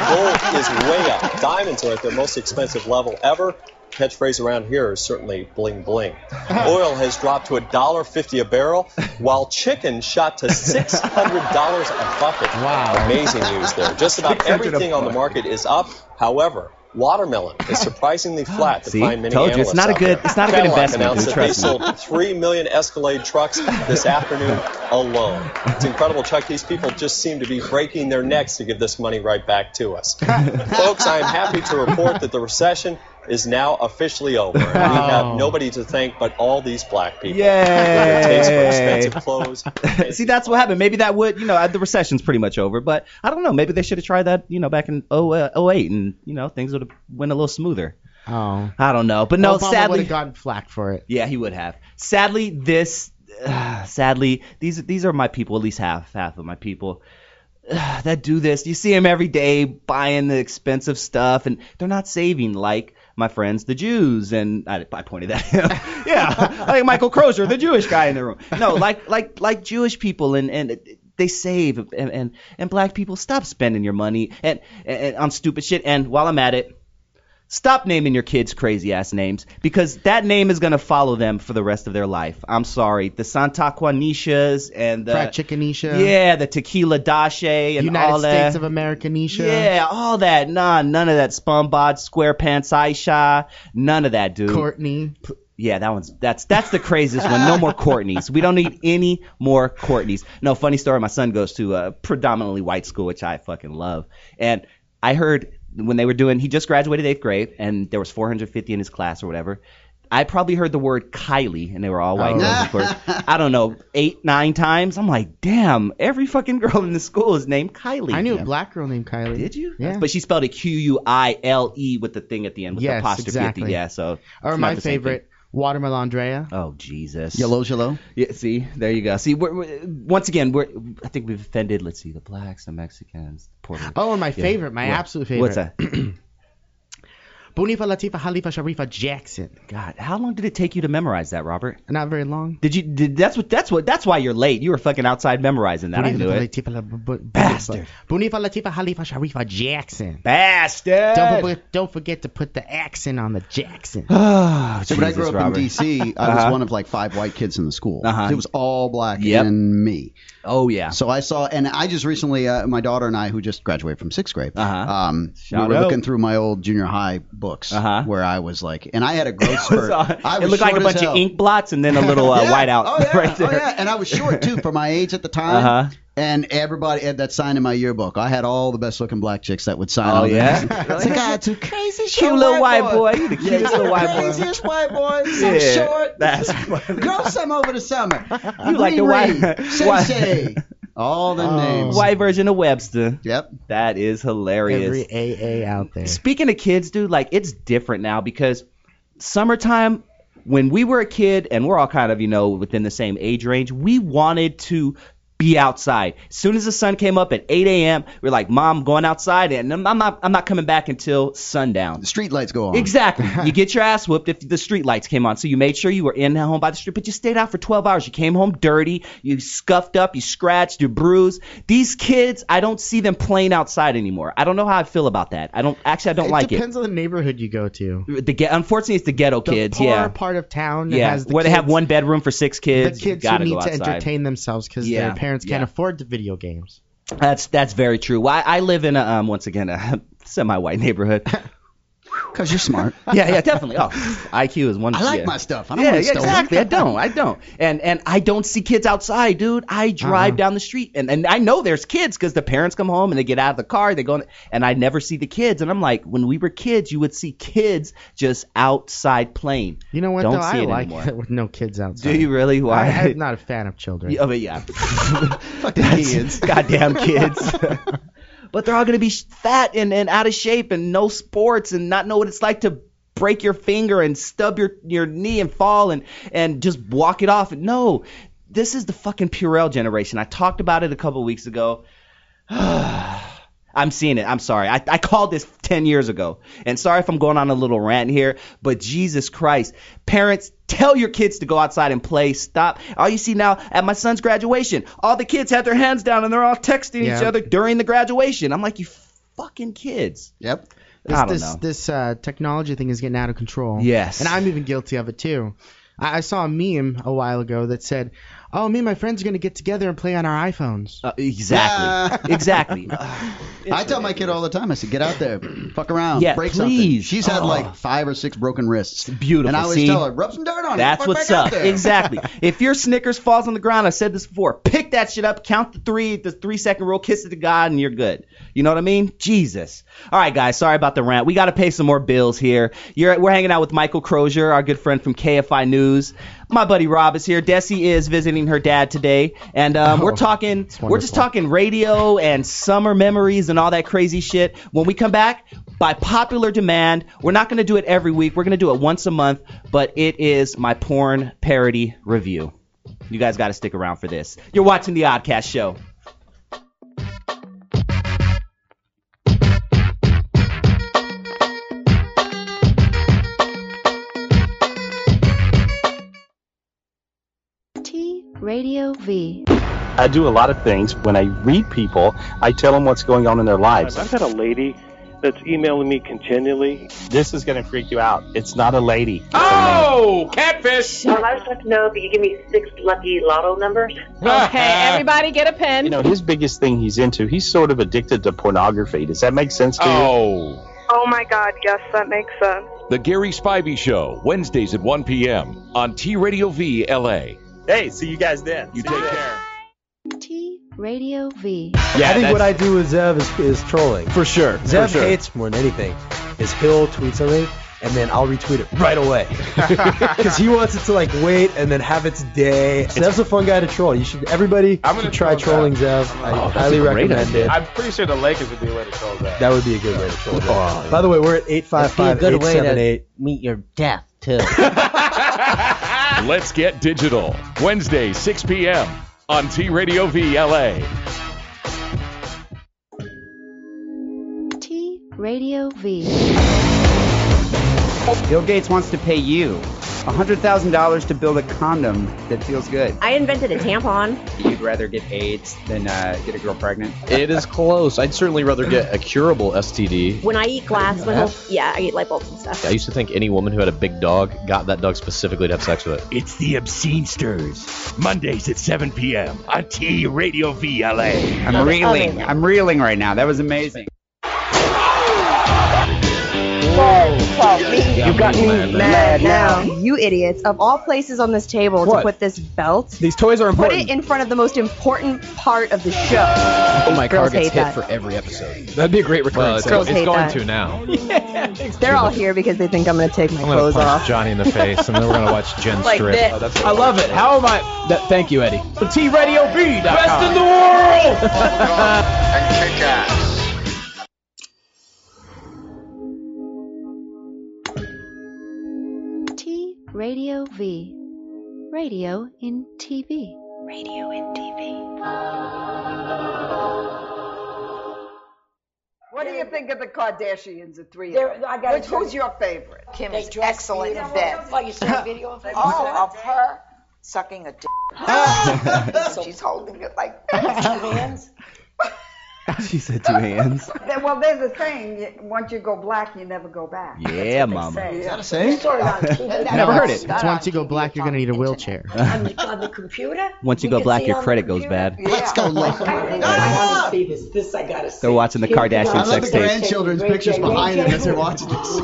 Gold is way up. Diamonds are at their most expensive level ever. Catchphrase around here is certainly bling bling. Oil has dropped to $1.50 a barrel, while chicken shot to $600 a bucket. Wow. Amazing news there. Just about
$600 a
everything on the market is up. However, watermelon is surprisingly flat to
See?
find many
Told you, it's
analysts
not a
out
good-
there.
it's not a good
Cadillac
investment,
announced
dude,
that they
trust me.
sold 3 million Escalade trucks this afternoon alone. It's incredible, Chuck. These people just seem to be breaking their necks to give this money right back to us. Folks, I am happy to report that the recession is now officially over. and We have nobody to thank but all these black people. Their taste for expensive clothes.
See, that's what happened. Maybe that would, you know, the recession's pretty much over, but I don't know. Maybe they should have tried that, you know, back in 0, uh, 08 and, you know, things would have went a little smoother.
Oh.
I don't know. But no,
Obama would
sadly,
have gotten flack for it.
yeah, he would have. Sadly, this, sadly, these these are my people, at least half half of my people that do this. You see them every day buying the expensive stuff, and they're not saving like my friends, the Jews. And I, I pointed at him. yeah, like Michael Crozier, the Jewish guy in the room. No, like like like Jewish people, and and they save, and and, and black people stop spending your money and, and on stupid shit. And while I'm at it. Stop naming your kids crazy ass names because that name is gonna follow them for the rest of their life. I'm sorry, the Santa Juanishas and the
Fried chickenisha.
yeah, the tequila dashe and
United
all that.
States of America Nisha.
yeah, all that. Nah, none of that SpongeBob SquarePants Aisha. None of that, dude.
Courtney.
yeah, that one's that's that's the craziest one. No more Courtneys. We don't need any more Courtneys. No, funny story. My son goes to a predominantly white school, which I fucking love. And I heard when they were doing, he just graduated eighth grade, and there was 450 in his class or whatever. I probably heard the word Kylie, and they were all white
Oh.
girls, of course. I don't know, eight, nine times. I'm like, damn, every fucking girl in the school is named Kylie.
I knew
Yeah.
a black girl named Kylie.
Did you?
Yeah.
But she spelled it Q U I L E with the thing at the end, with the
Yes,
apostrophe at
exactly.
the yeah. So it's
Or
not
my
the same thing.
favorite, Watermelon Andrea.
Oh Jesus.
Yellow
Yellow.
Yeah. See, there you go. See, we're, we're- once again, we're I think we've offended. Let's see, the blacks, the Mexicans, the Puerto.
Oh, and my
Yeah.
favorite, my
What?
absolute favorite.
What's that?
Bonifa Latifa Halifa Sharifa Jackson.
God, how long did it take you to memorize that, Robert?
Not very long.
Did you? Did that's what? That's what? That's why you're late. You were fucking outside memorizing that. I knew it.
Bonifa Latifa La- Bastard. Bonifa Latifa Halifa Sharifa Jackson.
Bastard.
Don't forget, don't forget to put the accent on the Jackson.
Oh,
So when I grew up in D.C., I was
Uh-huh.
one of like five white kids in the school.
Uh-huh.
It was all black
Yep.
and me.
Oh yeah.
So I saw, and I just recently, uh, my daughter and I, who just graduated from sixth grade, uh-huh. um, we
Shout
were
out.
looking through my old junior high books, uh-huh. where I was like, and I had a growth spurt. I
it
was
looked like a
short as
bunch
hell.
of ink blots and then a little uh,
Yeah.
whiteout
Oh, yeah.
right there.
Oh, yeah. And I was short too for my age at the time.
Uh-huh.
And everybody had that sign in my yearbook. I had all the best looking black chicks that would sign.
Oh,
on there.
yeah?
it's like, ah, too crazy.
Cute little white boy. You the cutest little white boy.
Craziest white boy. So
Yeah,
short.
That's
Grow some over the summer.
you like the white, Oh.
Shay Shay. All the names.
White version of Webster.
Yep.
That is hilarious.
Every AA out there.
Speaking of kids, dude, like it's different now because summertime,
When
we were a kid, and we're all kind of, you know, within the same age range, we wanted to be outside. As soon as the sun came up at 8 a.m., we're like, Mom, I'm going outside, and I'm I'm not, I'm not coming back until sundown. The
street lights go on.
Exactly. you get your ass whooped if the street lights came on. So you made sure you were in the home by the street, but you stayed out for 12 hours. You came home dirty, you scuffed up, you scratched, you bruised. These kids, I don't see them playing outside anymore. I don't know how I feel about that. I don't actually, I don't
it
like
depends on the neighborhood you go to.
it. The ge- unfortunately, it's the ghetto kids.
Poor
yeah.
part of town that
Yeah,
has the
where they have
kids-
one bedroom for six kids.
the
you
kids who
gotta
need
go
to
outside.
entertain themselves because
Yeah,
their parents can't
yeah.
afford the video games.
That's that's very true. Well, I, I live in a um once again a semi-white neighborhood.
Because you're smart.
yeah, yeah, definitely. Oh, IQ is one.
I like
yeah.
my stuff. I don't
yeah,
want it
yeah,
stolen.
exactly. I don't. I don't. And and I don't see kids outside, dude. I drive
Uh-huh.
Uh-uh.
down the street and, and I know there's kids because the parents come home and they get out of the car, they go in, and I never see the kids. And I'm like, when we were kids, you would see kids just outside playing.
You know what?
Don't
though?
see
I
it
like
anymore.
it with no kids outside.
Do you really? Why?
I, am not a fan of children.
Yeah, but yeah. Fucking kids. Goddamn kids. but they're all going to be sh- fat and, and out of shape and no sports and not know what it's like to break your finger and stub your, your knee and fall and, and just walk it off. No, this is the fucking Purell generation. I talked about it a couple weeks ago. I'm seeing it. I'm sorry. I, I called this 10 years ago. And sorry if I'm going on a little rant here, but Jesus Christ. Parents, tell your kids to go outside and play. Stop. All you see now at my son's graduation, all the kids had their hands down and they're all texting each
Yeah.
other during the graduation. I'm like, you fucking kids.
Yep.
This
I don't
this,
know.
this uh, technology thing is getting out of control.
Yes.
And I'm even guilty of it too. I, I saw a meme a while ago that said, "Oh, me and my friends are gonna get together and play on our iPhones."
Uh, exactly. exactly.
I tell my kid all the time. I said, "Get out there, fuck around,
Yeah,
break something."
please.
She's had
Oh.
like five or six broken wrists.
Beautiful,
And I always
see?
tell her, "Rub some dirt on
That's
it." fuck
what's
back out
up.
there."
Exactly. if your Snickers falls on the ground, I've said this before. Pick that shit up, count the three, the three second rule, kiss it to God, and you're good. You know what I mean? Jesus. All right, guys. Sorry about the rant. We got to pay some more bills here. You're, we're hanging out with Michael Crozier, our good friend from KFI News. My buddy Rob is here. Desi is visiting her dad today, and um,
Oh,
we're talking. We're just talking radio and summer memories and all that crazy shit. When we come back, by popular demand, we're not going to do it every week. We're going to do it once a month, but it is my porn parody review. You guys got to stick around for this. You're watching the Oddcast Show.
T Radio V.
I do a lot of things. When I read people, I tell them what's going on in their lives.
I've had a lady that's emailing me continually.
This is going to freak you out. It's not a lady.
Oh, catfish!
Well, I just want to know if you give me six lucky lotto numbers.
Okay, everybody get a pen.
You know, his biggest thing he's into, he's sort of addicted to pornography. Does that make sense to you?
Oh.
Oh my God, yes, that makes sense.
The Gary Spivey Show, Wednesdays at 1 p.m. on T Radio V LA.
Hey, see you guys then. You take care.
T Radio V.
I think what I do with Zev is, is trolling. For sure. Zev hates more than anything is he'll tweet something and then I'll retweet it right away because he wants it to like wait and then have its day. Zev's a fun guy to troll. You should everybody should try trolling Zev.
Oh,
I highly recommend it.
I'm pretty sure the Lakers would be a way to troll that.
That would be a good way to troll.
Oh.
Zev. By the way, we're at eight five five
That'd
eight
be a good
seven
way
eight. Meet your death too.
Let's get digital. Wednesday, 6 p.m. on T Radio V LA.
T Radio V.
Bill Gates wants to pay you $100,000 to build a condom that feels good.
I invented a tampon.
You'd rather get AIDS than uh, get a girl pregnant?
It is close. I'd certainly rather get a curable STD.
When I eat glass,
know
my
that.
whole, yeah, I eat light bulbs and stuff.
I used to think any woman who had a big dog got that dog specifically to have sex with it.
It's the Obscene Stirs, Mondays at 7 p.m. on T Radio V LA.
I'm reeling. I'm reeling right now. That was amazing.
You got me mad now.
You idiots, of all places on this table
What?
to put this belt,
These toys are
put
important.
it in front of the most important part of the show.
oh, my car
Girls
gets
hate
hit
that.
for every episode. That'd be a great recurring.
it's- Girls it's hate going that. to
now.
They're all here because they think I'm going to take my clothes off.
Johnny in the face, and then we're gonna watch Jen
Like strip. this.
Oh, I love it. How am I? That, thank you, Eddie. T Radio B. Best in the world.
T Radio V. Radio in TV. Radio in TV.
What do you think of the Kardashians, the three
They're-
of them?
I gotta
Which,
tell
who's
you-
your favorite?
Kim
They
is
dress
excellent in
beautiful.
bed.
Oh, you saw the
video of
All
of her sucking a dick. so she's holding it like
hands.
she said two hands.
They- Well, there's a saying: you- once you go black, you never go back.
Yeah, mama.
Is that
a saying? Never heard it.
It's once you go black, you're gonna need a wheelchair.
Um,
on the, on the computer.
Once you go black, your credit goes bad.
Let's
go look.
I see this. This I gotta
They're watching the
I
Kardashian
love
sex
the
tape.
grandchildren's pictures behind them as they're
watching this.
is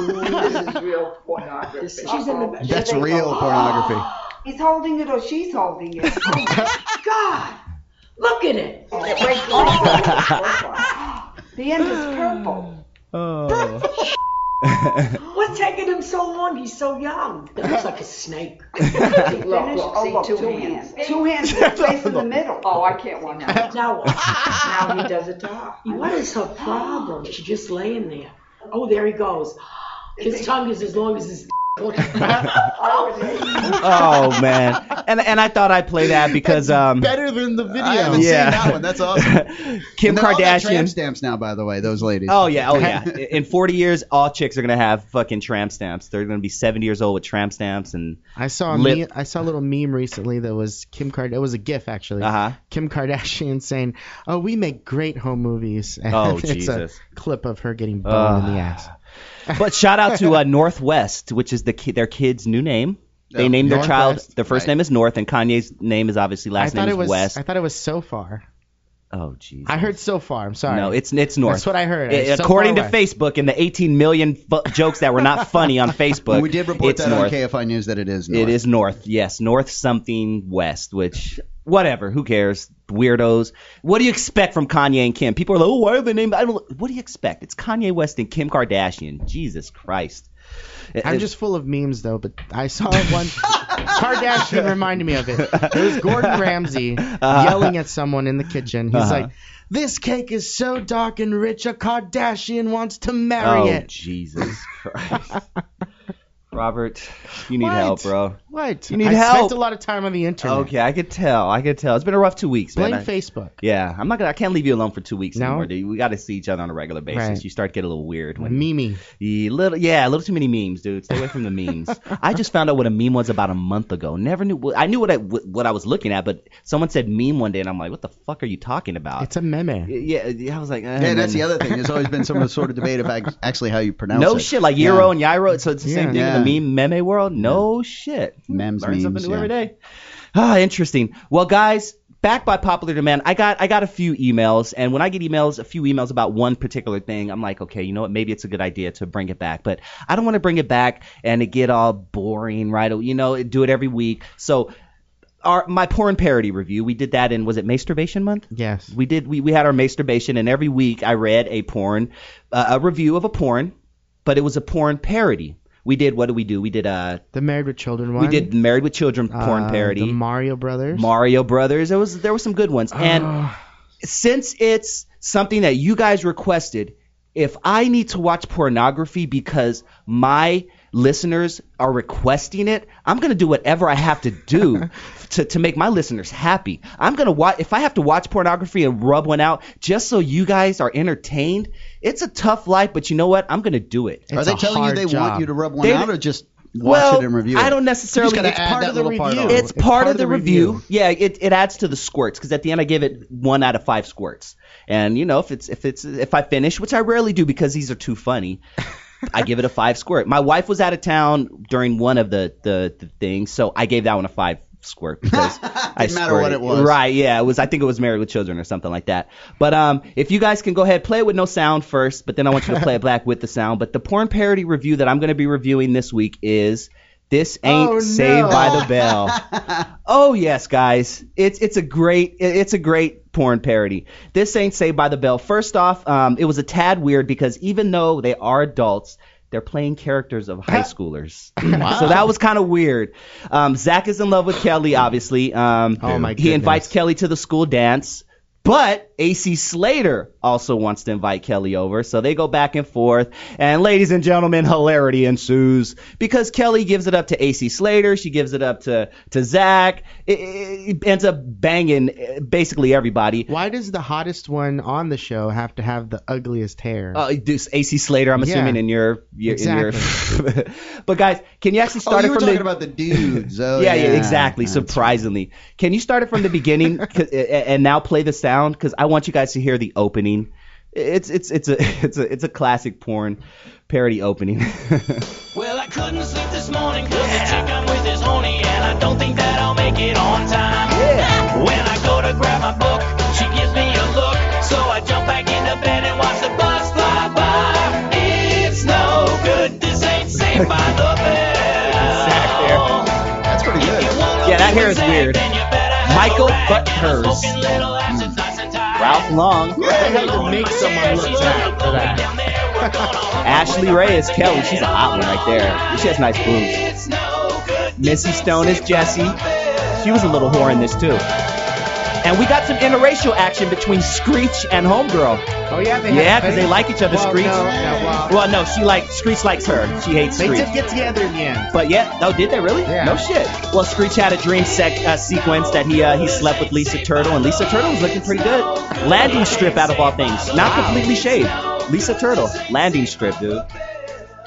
real pornography. She's in the
That's real pornography.
He's holding it or she's holding it. Oh my God! Look at it. It breaks all over. The end is purple.
Oh.
What's taking him so long? He's so young. It looks like a snake. Look, look, oh, look, two, hands. Two hands with a face in the middle. Oh, I can't watch that. Now what? Now he does it to her.
What is her problem? She's just laying there. Oh, there he goes. His tongue is as long as his.
oh man. And and I thought I'd play that because um
Better than the
I
video.
haven't seen
Yeah.
that one. That's awesome.
Kim
And they're all got
Kardashian.
tramp stamps now, by the way. Those ladies.
Oh yeah, oh yeah. In 40 years, all chicks are gonna have fucking tramp stamps. They're gonna be 70 years old with tramp stamps and
I saw a
Lip.
meme, I saw a little meme recently that was Kim Card. It was a GIF actually.
Uh-huh.
Kim Kardashian saying, "Oh, we make great home movies." And
Oh,
it's
Jesus.
a clip of her getting boned in the ass.
But shout out to uh, Northwest, which is the ki- their kid's new name. They
Oh,
named their child.
Northwest,
Their first
right.
name is North, and Kanye's name is obviously
I
last
thought
name
it
is
was.
West.
I thought it was so far.
Oh jeez.
I heard so far. I'm sorry.
No, it's it's North.
That's what I heard.
It-
It's so
according to
far away.
Facebook and the 18 million fu- jokes that were not funny on Facebook,
we did report
it's
that on
North.
KFI News that it is. North.
It is North. Yes, North something West, which whatever. Who cares? Weirdos. What do you expect from Kanye and Kim? People are like, oh, why are they named? I don't. What do you expect? It's Kanye West and Kim Kardashian. Jesus Christ. It-
I'm
it-
just full of memes though, but I saw one. Kardashian reminded me of it. It was Gordon Ramsay yelling at someone in the kitchen. He's
Uh-huh.
like, "This cake is so dark and rich, a Kardashian wants to marry
oh,
it."
Jesus Christ. Robert, you need
What?
help, bro.
What?
You need
I
help.
spent a lot of time on the internet.
Okay, I could tell. I could tell. It's been a rough two weeks,
Blame
man. I-
Facebook.
Yeah, I'm not gonna. I can't leave you alone for two weeks
No?
anymore, dude. We got to see each other on a regular basis.
Right.
You start to get a little weird when
Mimi.
Yeah, little, yeah, a little too many memes, dude. Stay away from the memes. I just found out what a meme was about a month ago. Never knew. I knew what I what I was looking at, but someone said meme one day, and I'm like, what the fuck are you talking about?
It's a meme.
Yeah, yeah, I was like, eh,
Yeah,
and
that's
then-
the other thing. There's always been some sort of debate about actually how you pronounce it.
No shit, like
Yeah.
Euro and Yairo. So it's the
Yeah.
same thing in
Yeah.
the meme meme world. No shit.
Memes,
Learn something
memes,
new
yeah.
every day. Ah, interesting. Well, guys, back by popular demand, I got I got a few emails, and when I get emails, a few emails about one particular thing, I'm like, okay, you know what? Maybe it's a good idea to bring it back, but I don't want to bring it back and it get all boring, right? You know, do it every week. So. Our, my porn parody review, we did that in was it masturbation month?
Yes.
We did. We, we had our masturbation, and every week I read a porn, uh, a review of a porn, but it was a porn parody. We did. What did we do? We did. Uh,
The Married with Children one.
we did Married with Children porn
Uh,
parody.
The Mario Brothers.
Mario Brothers. There was there were some good ones. And
Ah.
since it's something that you guys requested, if I need to watch pornography because my listeners are requesting it, I'm gonna do whatever I have to do to, to make my listeners happy. I'm gonna watch if I have to watch pornography and rub one out just so you guys are entertained. It's a tough life, but you know what? I'm gonna do it.
Are they telling you they want you to rub one
They-
out or just watch
well,
it and review it?
I don't necessarily.
You just gotta
it's
add
part
that
of the
little part
review.
on.
It's, part, of the, review. Yeah, it, it adds to the squirts because at the end I give it one out of five squirts, and you know if it's if it's if I finish, which I rarely do because these are too funny. I give it a five squirt. My wife was out of town during one of the the, the things, so I gave that one a five squirt because I
Didn't matter what
squirted.
it was.
Right, yeah, it was. I think it was Married with Children or something like that. But um, if you guys can go ahead, play it with no sound first, but then I want you to play it back with the sound. But the porn parody review that I'm going to be reviewing this week is "This Ain't
Oh, no.
Saved by the Bell." oh yes, guys, it's it's a great it- it's a great porn parody. This ain't Saved by the Bell. First off, um, it was a tad weird because even though they are adults. They're playing characters of high schoolers, so that was kind of weird. Um, Zach is in love with Kelly, obviously. Um,
Oh, my
He invites Kelly to the school dance. But AC Slater also wants to invite Kelly over, so they go back and forth. And ladies and gentlemen, hilarity ensues because Kelly gives it up to AC Slater. She gives it up to to Zach. It, it- it ends up banging eh, basically everybody.
Why does the hottest one on the show have to have the ugliest hair?
Uh, this AC Slater, I'm
Yeah.
assuming in your, your in your. but guys, can you actually start
oh,
it
you were
from
talking
the?
about the dudes. Oh,
yeah,
yeah,
yeah, exactly. Surprisingly, can you start it from the beginning 'Cause- a- a- and now play the sound? Because I want you guys to hear the opening. It's it's it's a it's a it's a classic porn parody opening.
Well, I couldn't sleep this morning because the chick I'm with is horny and I don't think that I'll make it on time. When I go to grab my book, she gives me a look, so I jump back into bed and watch the bus fly by. It's no good, this ain't saved by the bell. That's pretty good.
yeah, that hair is weird. Michael Butthurst, Ralph Long,
make someone look bad for that.
Ashley Reyes, Kelly. She's a hot one right there. She has nice boobs. Missy Stone is Jessie. She was a little whore in this too. And we got some interracial action between Screech and Homegirl.
Oh yeah, they
Yeah,
have-
because they like each other.
Well,
Screech.
no, no, well-
well, no, she like Screech likes her. She hates
They
Screech.
did get together in the end.
But yeah, no, did they really?
Yeah.
No shit. Well, Screech had a dream sec- uh, sequence that he uh, he slept with Lisa Turtle, and Lisa Turtle was looking pretty good. Landing strip out of all things, not completely shaved. Lisa Turtle, landing strip, dude.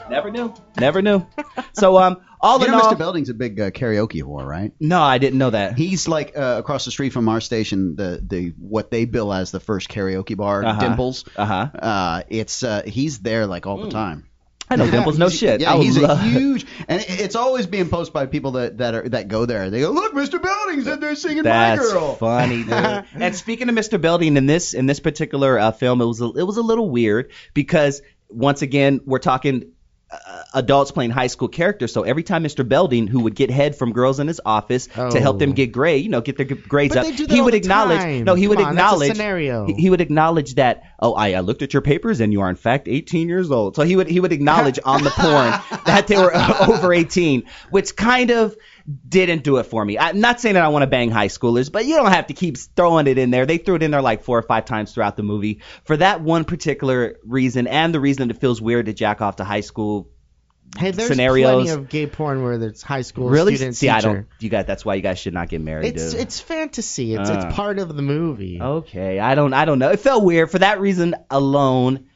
Never knew. Never knew. So um, all
you
in
know,
all,
Mr. Belding's a big uh, karaoke whore, right?
No, I didn't know that.
He's like uh, across the street from our station, the the what they bill as the first karaoke bar,
Uh-huh.
Dimples.
Uh-huh.
Uh, it's uh, he's there like
Mm.
all the time.
I know Dimples, no shit.
Yeah,
I would
he's a
love-
huge, and it- it's always being posted by people that that are that go there. They go, look, Mr. Belding's in there singing
That's
My Girl.
funny, dude. and speaking of Mr. Belding, in this in this particular uh, film, it was a, it was a little weird because once again we're talking uh, adults playing high school characters. So every time Mr. Belding, who would get head from girls in his office to help them get grade, you know, get their g- grades
But
up,
they do that
he
all
would
the
acknowledge.
time.
No, he would
Come on, that's a
acknowledge.
scenario.
He, he would acknowledge that. Oh, I, I looked at your papers and you are in fact 18 years old. So he would he would acknowledge on the porn that they were over 18, which kind of didn't do it for me. I'm not saying that I want to bang high schoolers, but you don't have to keep throwing it in there. They threw it in there like four or five times throughout the movie for that one particular reason and the reason that it feels weird to jack off to high school
Hey, there's
scenarios.
plenty of gay porn where there's high school
really?
student
See,
teacher.
I don't. You guys, that's why you guys should not get married.
It's
dude.
it's fantasy. It's
Ah. Oh,
it's part of the movie.
Okay, I don't I don't know. It felt weird for that reason alone.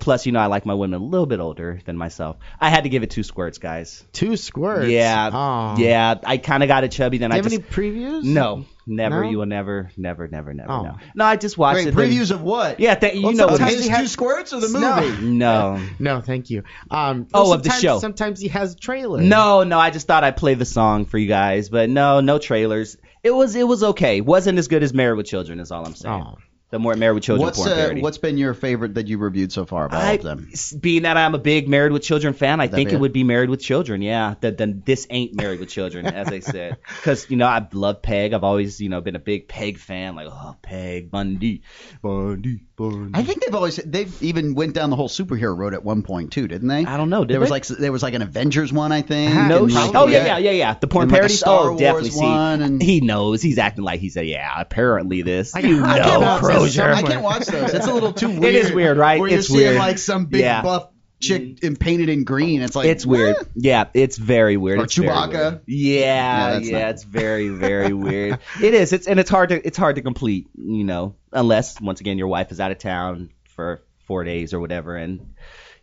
Plus, you know, I like my women a little bit older than myself. I had to give it two squirts, guys.
Two squirts.
Yeah,
Oh.
yeah. I kind of got it chubby. Then
Do
I
you have
just
any previews?
no, never.
No?
You will never, never, never, never.
Oh.
No, no. I just watched
Wait,
it. then-
previews of what?
Yeah, th- you
Well,
know.
sometimes
what-
they have- Two squirts of the movie.
No.
No, thank you. Um,
Oh,
well,
of the
sometimes-
show.
Sometimes he has trailers.
No, no, I just thought I'd play the song for you guys, but no, no trailers. It was it was okay. Wasn't as good as Married with Children is all I'm saying.
Oh.
The more Married with Children
What's
porn
uh,
parody.
what's been your favorite that you reviewed so far of all
I-
of them?
s- Being that I'm a big Married with Children fan, I
That'd
think
be
it
it.
would be Married with Children. Yeah, the, the, this ain't Married with Children, as I said, because you know I love Peg. I've always you know been a big Peg fan. Like oh Peg Bundy, Bundy, Bundy.
I think they've always they've even went down the whole superhero road at one point too, didn't they? I
don't know.
there was
they?
like there was like an Avengers one, I think.
No
and
shit.
like-
Oh yeah, yeah, yeah, yeah. The porn
and like a
parodies.
Star
oh,
Wars
definitely. See,
one and-
he knows. He's acting like he's a yeah. Apparently this. you
I can't
know,
watch those.
Crozier.
I can't watch those. It's a little too weird.
It is weird, right?
Where
it's
you're
weird.
seeing like some big
yeah. Mm-hmm.
buff chick and painted in green. It's like
it's weird. Yeah, it's very weird.
Or
It's very
Chewbacca.
weird.
No,
Yeah, yeah,
that's not-
it's very, very weird. It is. It's and it's hard to it's hard to complete, you know, unless once again your wife is out of town for four days or whatever, and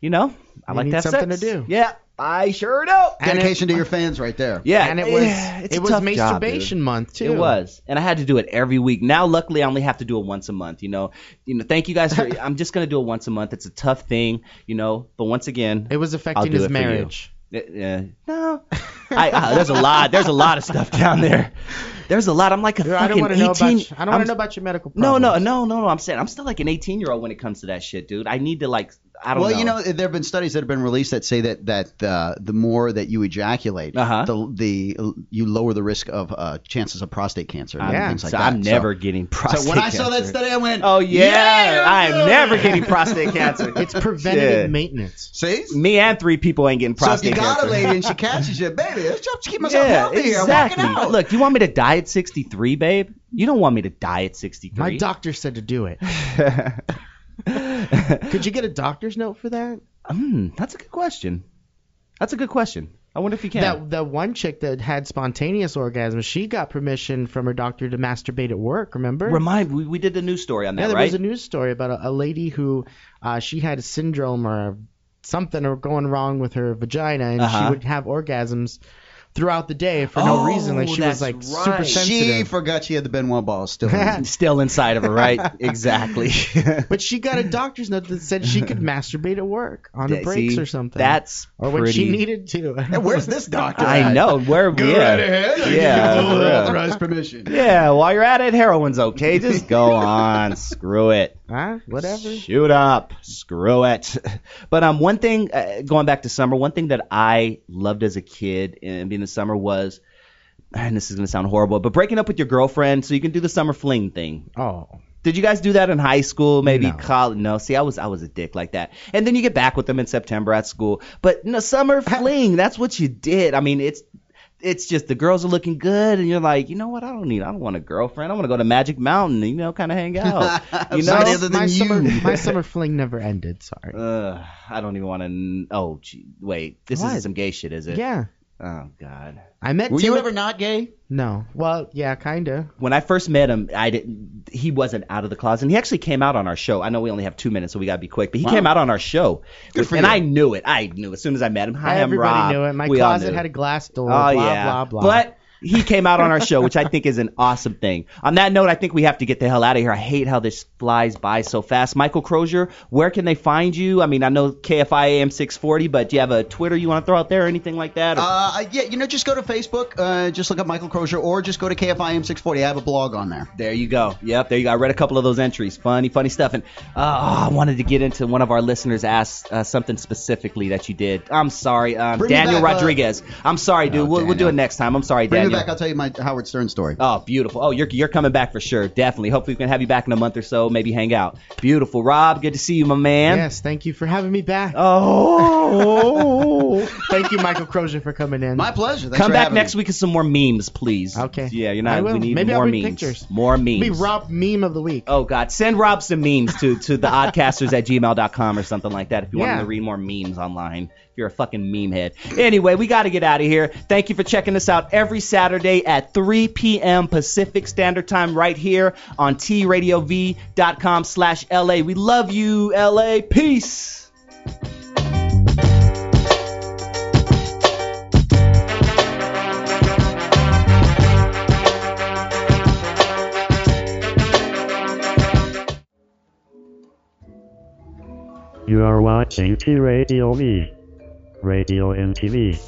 you know, I
You
like
need
to have
something
sex.
to do.
Yeah, I sure do.
Dedication to your fans, right there.
Yeah,
And it was
it's a
it was
tough job, dude.
masturbation month too.
It was, and I had to do it every week. Now, luckily, I only have to do it once a month. You know, you know. Thank you guys for. I'm just gonna do it once a month. It's a tough thing, you know. But once again,
It was
I'll
affecting
do
his
it for you.
marriage.
Y- Yeah. No. I, uh, there's a lot. There's a lot of stuff down there. There's a lot. I'm like a
I don't
fucking
want to
18.
know about. You. I don't want
I'm-
to know about your medical.
No,
Problems.
no, no, no, no. I'm saying I'm still like an 18 year old when it comes to that shit, dude. I need to like I don't
well,
know.
you know, there have been studies that have been released that say that that uh, the more that you ejaculate,
Uh-huh.
the the you lower the risk of uh, chances of prostate cancer and
I'm-
things like
so
that.
I'm never getting prostate
So when I
cancer.
saw that study, I went,
Oh yeah, I am never getting prostate cancer.
It's preventative
Shit.
maintenance.
See,
me and three people ain't getting
So if you
prostate
got
cancer.
a lady and she catches you, baby, let's just keep myself
yeah,
healthy
exactly.
here. I'm walking out.
Look, you want me to die at 63, babe? You don't want me to die at 63.
My doctor said to do it. Could you get a doctor's note for that?
Mm, that's a good question. That's a good question. I wonder if you can.
That that one chick that had spontaneous orgasms, she got permission from her doctor to masturbate at work. Remember?
Remind we, we did the news story on that,
yeah, there
right?
was a news story about a, a lady who uh, she had a syndrome or something or going wrong with her vagina, and
Uh-huh.
she would have orgasms throughout the day for no reason.
Oh,
Like she was like super
She
sensitive.
forgot she had the Benoit balls still.
Still inside of her, right? exactly.
but she got a doctor's note that said she could masturbate at work on
Yeah,
her breaks
see,
or something.
that's
or when she
pretty-
needed to.
where's this doctor?
I know. Where
Go
yeah.
right ahead. I give you
Yeah.
full
yeah.
authorized permission.
Yeah, while you're at it, heroin's okay. Just go on. Screw it.
Huh? Whatever.
Shoot up. Screw it. But um, one thing, uh, going back to summer, one thing that I loved as a kid and being the summer was, and this is gonna sound horrible, but breaking up with your girlfriend so you can do the summer fling thing.
Oh.
Did you guys do that in high school? Maybe college? No. See, I was I was a dick like that. And then you get back with them in September at school. But no summer fling. That's what you did. I mean, it's it's just the girls are looking good, and you're like, you know what? I don't need. I don't want a girlfriend. I want to go to Magic Mountain. You know, kind of hang out. You know,
my, my summer my summer fling never ended. Sorry.
Ugh, I don't even want to. Oh, gee, wait. This is
What?
some gay shit, is it?
Yeah.
Oh God.
I met.
Were you
Timothy-
ever
not gay?
No. Well, yeah, kinda.
when I first met him, I didn't. He wasn't out of the closet. And he actually came out on our show. I know we only have two minutes, so we gotta be quick. But he
Wow.
came out on our show,
Good for
and
you.
I knew it. I knew as soon as I met him. Hi,
Everybody
I'm Rob.
knew it. My
We all
closet
knew.
had a glass door. blah,
Oh yeah,
blah blah
But he came out on our show, which I think is an awesome thing. On that note, I think we have to get the hell out of here. I hate how this flies by so fast. Michael Crozier, where can they find you? I mean, I know KFI AM640, but do you have a Twitter you want to throw out there or anything like that? Or-
Uh, yeah, you know, just go to Facebook, uh, just look up Michael Crozier, or just go to KFIM640. I have a blog on there.
There you go. Yep, there you go. I read a couple of those entries. Funny, funny stuff. And uh, oh, I wanted to get into one of our listeners asked uh, something specifically that you did. I'm sorry, um,
Bring me
Daniel
back, uh, Oh,
Rodriguez. I'm sorry, dude. we'll, we'll do it next time. I'm sorry,
Bring me back.
Daniel.
I'll tell you my Howard Stern story.
Oh, beautiful. Oh, you're you're coming back for sure. Definitely. Hopefully, we can have you back in a month or so. Maybe hang out. Beautiful, Rob. Good to see you, my man.
Yes, thank you for having me back.
Oh.
thank you, Michael Crozier, for coming in. My
pleasure.
Come back next week with some more memes, please. Okay. Yeah, you're not.
I will.
We need
Maybe I'll
more
bring
memes.
pictures.
More memes.
Be Rob meme of the week.
Oh God, send Rob some memes to to the oddcasters at gmail.com or something like that if you want
Yeah.
him to read more memes online. If you're a fucking meme head. Anyway, we got to get out of here. Thank you for checking us out every Saturday at 3 p.m. Pacific Standard Time right here on tradiov.com slash LA. We love you, LA. Peace.
You are watching T Radio V. Radio and TV.